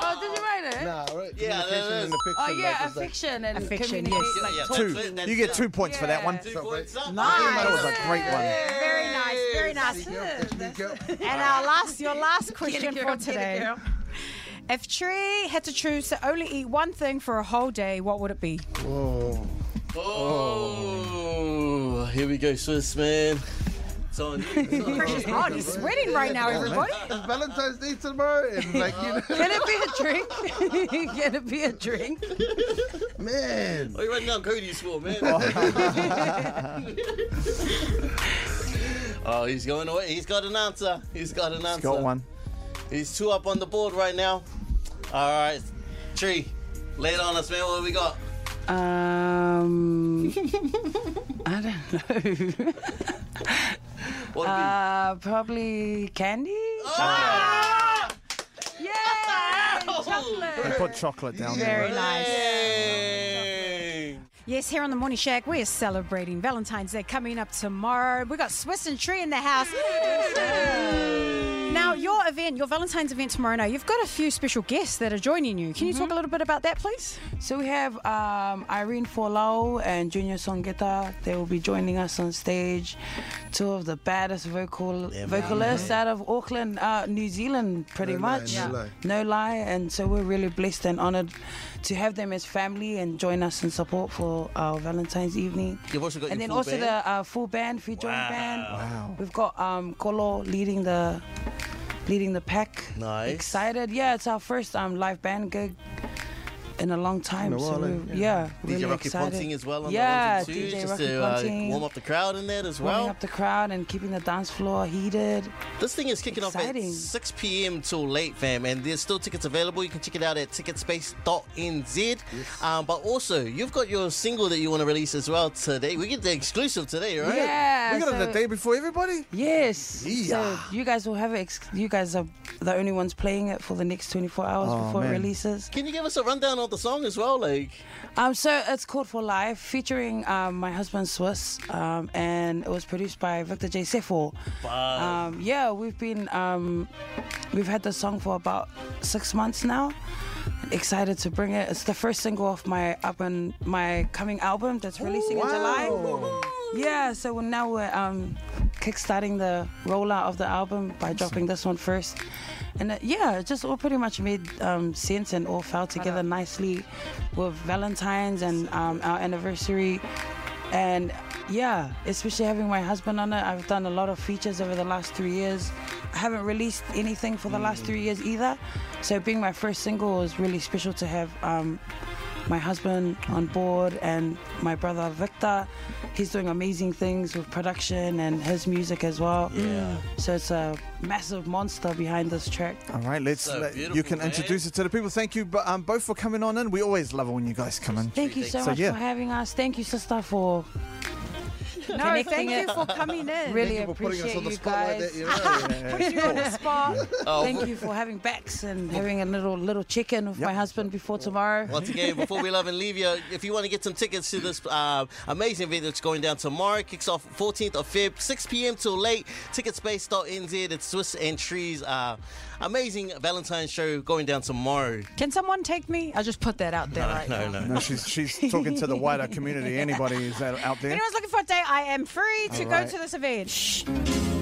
Speaker 7: Oh, did you write it?
Speaker 10: nah, all right.
Speaker 4: Yeah,
Speaker 10: communication
Speaker 4: that
Speaker 10: and affection,
Speaker 7: Oh yeah,
Speaker 10: like,
Speaker 7: a
Speaker 10: it's like-
Speaker 7: fiction and
Speaker 2: fiction,
Speaker 7: communicate,
Speaker 2: yes.
Speaker 7: like,
Speaker 4: Yeah,
Speaker 7: talk-
Speaker 3: Two.
Speaker 4: That's it,
Speaker 3: You get
Speaker 4: that's
Speaker 3: two
Speaker 4: it.
Speaker 3: points for that one.
Speaker 4: Two points up.
Speaker 3: That was a great one.
Speaker 2: Very nice, very nice.
Speaker 10: That's it, that's it.
Speaker 2: And our last, your last question
Speaker 7: Get it, girl,
Speaker 2: for
Speaker 7: get it,
Speaker 2: today.
Speaker 7: girl.
Speaker 2: If Tree had to choose to only eat one thing for a whole day, what would it be?
Speaker 10: Whoa.
Speaker 4: Oh, here we go, Swiss man. It's on you. It's on
Speaker 2: Pressure's
Speaker 4: you.
Speaker 2: on. He's sweating right now, everybody.
Speaker 10: It's Valentine's Day tomorrow, and like you know,
Speaker 2: Can it be a drink? Can it be a drink?
Speaker 10: man.
Speaker 4: Why are you running down Cody's for, man? oh, he's going away. He's got an answer. He's got an answer.
Speaker 3: Got one.
Speaker 4: He's two up on the board right now. All right, Tree, lay it on us, man. What we got?
Speaker 7: Um, I don't know.
Speaker 4: What
Speaker 7: uh, probably candy.
Speaker 4: Ah,
Speaker 3: They put chocolate down
Speaker 2: Very
Speaker 3: there.
Speaker 2: nice.
Speaker 4: Hey.
Speaker 2: Yes, here on the Morning Shack, we are celebrating Valentine's Day coming up tomorrow. We got Swiss and Tree in the house. Now, your event, your Valentine's event tomorrow night, you've got a few special guests that are joining you. Can you talk a little bit about that, please?
Speaker 7: So we have um, Irene Forlau and Junior Songeta. They will be joining us on stage. Two of the baddest vocal vocalists out of Auckland, uh, New Zealand, pretty
Speaker 10: No lie,
Speaker 7: much.
Speaker 10: no lie.
Speaker 7: No lie. And so we're really blessed and honored to have them as family and join us in support for our Valentine's evening.
Speaker 4: You've also got
Speaker 7: and
Speaker 4: your
Speaker 7: then
Speaker 4: full
Speaker 7: also
Speaker 4: band.
Speaker 7: the uh, full band, full joint
Speaker 4: Wow.
Speaker 7: band. We've got um, Kolo leading the leading the pack.
Speaker 4: Nice.
Speaker 7: Excited. Yeah, it's our first um, live band gig in a long time.
Speaker 10: a
Speaker 7: so
Speaker 10: while, eh?
Speaker 7: we're- yeah, really
Speaker 4: DJ Rocky
Speaker 7: excited.
Speaker 4: Ponting as well on the
Speaker 7: yeah,
Speaker 4: ones and twos,
Speaker 7: DJ
Speaker 4: just
Speaker 7: Rocky
Speaker 4: to uh,
Speaker 7: Ponting,
Speaker 4: warm up the crowd in there as
Speaker 7: warming
Speaker 4: well.
Speaker 7: up the crowd and keeping the dance floor heated.
Speaker 4: This thing is kicking off at
Speaker 7: Exciting.
Speaker 4: 6 p.m. till late, fam, and there's still tickets available. You can check it out at ticketspace.nz. Um, but also, you've got your single that you want to release as well today. We get the exclusive today, right?
Speaker 7: Yeah,
Speaker 3: We got it
Speaker 7: so-
Speaker 3: the day before everybody.
Speaker 7: Yes.
Speaker 3: Yeah.
Speaker 7: So you guys will have it. Ex- you guys are the only ones playing it for the next 24 hours
Speaker 3: Oh,
Speaker 7: before
Speaker 3: man.
Speaker 7: it releases.
Speaker 4: Can you give us a rundown of the song as well? Like,
Speaker 7: Um, so it's called For Life, featuring um, my husband Swiss, um, and it was produced by Victor J. Sefo. Um, yeah, we've been um, we've had the song for about six months now. Excited to bring it. It's the first single off my up and my coming album that's releasing in July. Yeah, so we're now we're um, kickstarting the rollout of the album by dropping this one first. And uh, yeah, it just all pretty much made um, sense and all fell together nicely with Valentine's and um, our anniversary. And yeah, especially having my husband on it, I've done a lot of features over the last three years. I haven't released anything for the last three years either. So being my first single was really special to have um, my husband on board and my brother Victor. He's doing amazing things with production and his music as well. Yeah. So it's a massive monster behind this track.
Speaker 3: All right, let's.
Speaker 4: So
Speaker 3: let- you
Speaker 4: beautiful,
Speaker 3: can
Speaker 4: man.
Speaker 3: introduce it to the people. Thank you, but um, both for coming on in. We always love it when you guys come in.
Speaker 7: Thank you so,
Speaker 3: So,
Speaker 7: much
Speaker 3: yeah.
Speaker 7: for having us. Thank you, sister, for
Speaker 2: No,
Speaker 7: Connecting
Speaker 2: thank
Speaker 7: it.
Speaker 2: you for coming in.
Speaker 7: really
Speaker 10: People putting us
Speaker 7: appreciate
Speaker 10: on the
Speaker 7: you
Speaker 10: spotlight
Speaker 7: guys.
Speaker 10: that you know.
Speaker 2: Put you on the spot.
Speaker 4: oh,
Speaker 7: Thank you for having backs and having a little little chicken with my husband before tomorrow.
Speaker 4: Once again, before we love and leave you, if you want to get some tickets to this uh, amazing event that's going down tomorrow, kicks off 14th of Feb, 6 p.m. till late. Ticketspace.nz. It's Swiss and Tree's uh, amazing Valentine's show going down tomorrow.
Speaker 2: Can someone take me? I'll just put that out there right
Speaker 4: No,
Speaker 2: now.
Speaker 4: no.
Speaker 3: No, she's she's talking to the wider community. Anybody is out, out there?
Speaker 2: Anyone's looking for a day, I am free to go
Speaker 3: All right.
Speaker 2: to this event.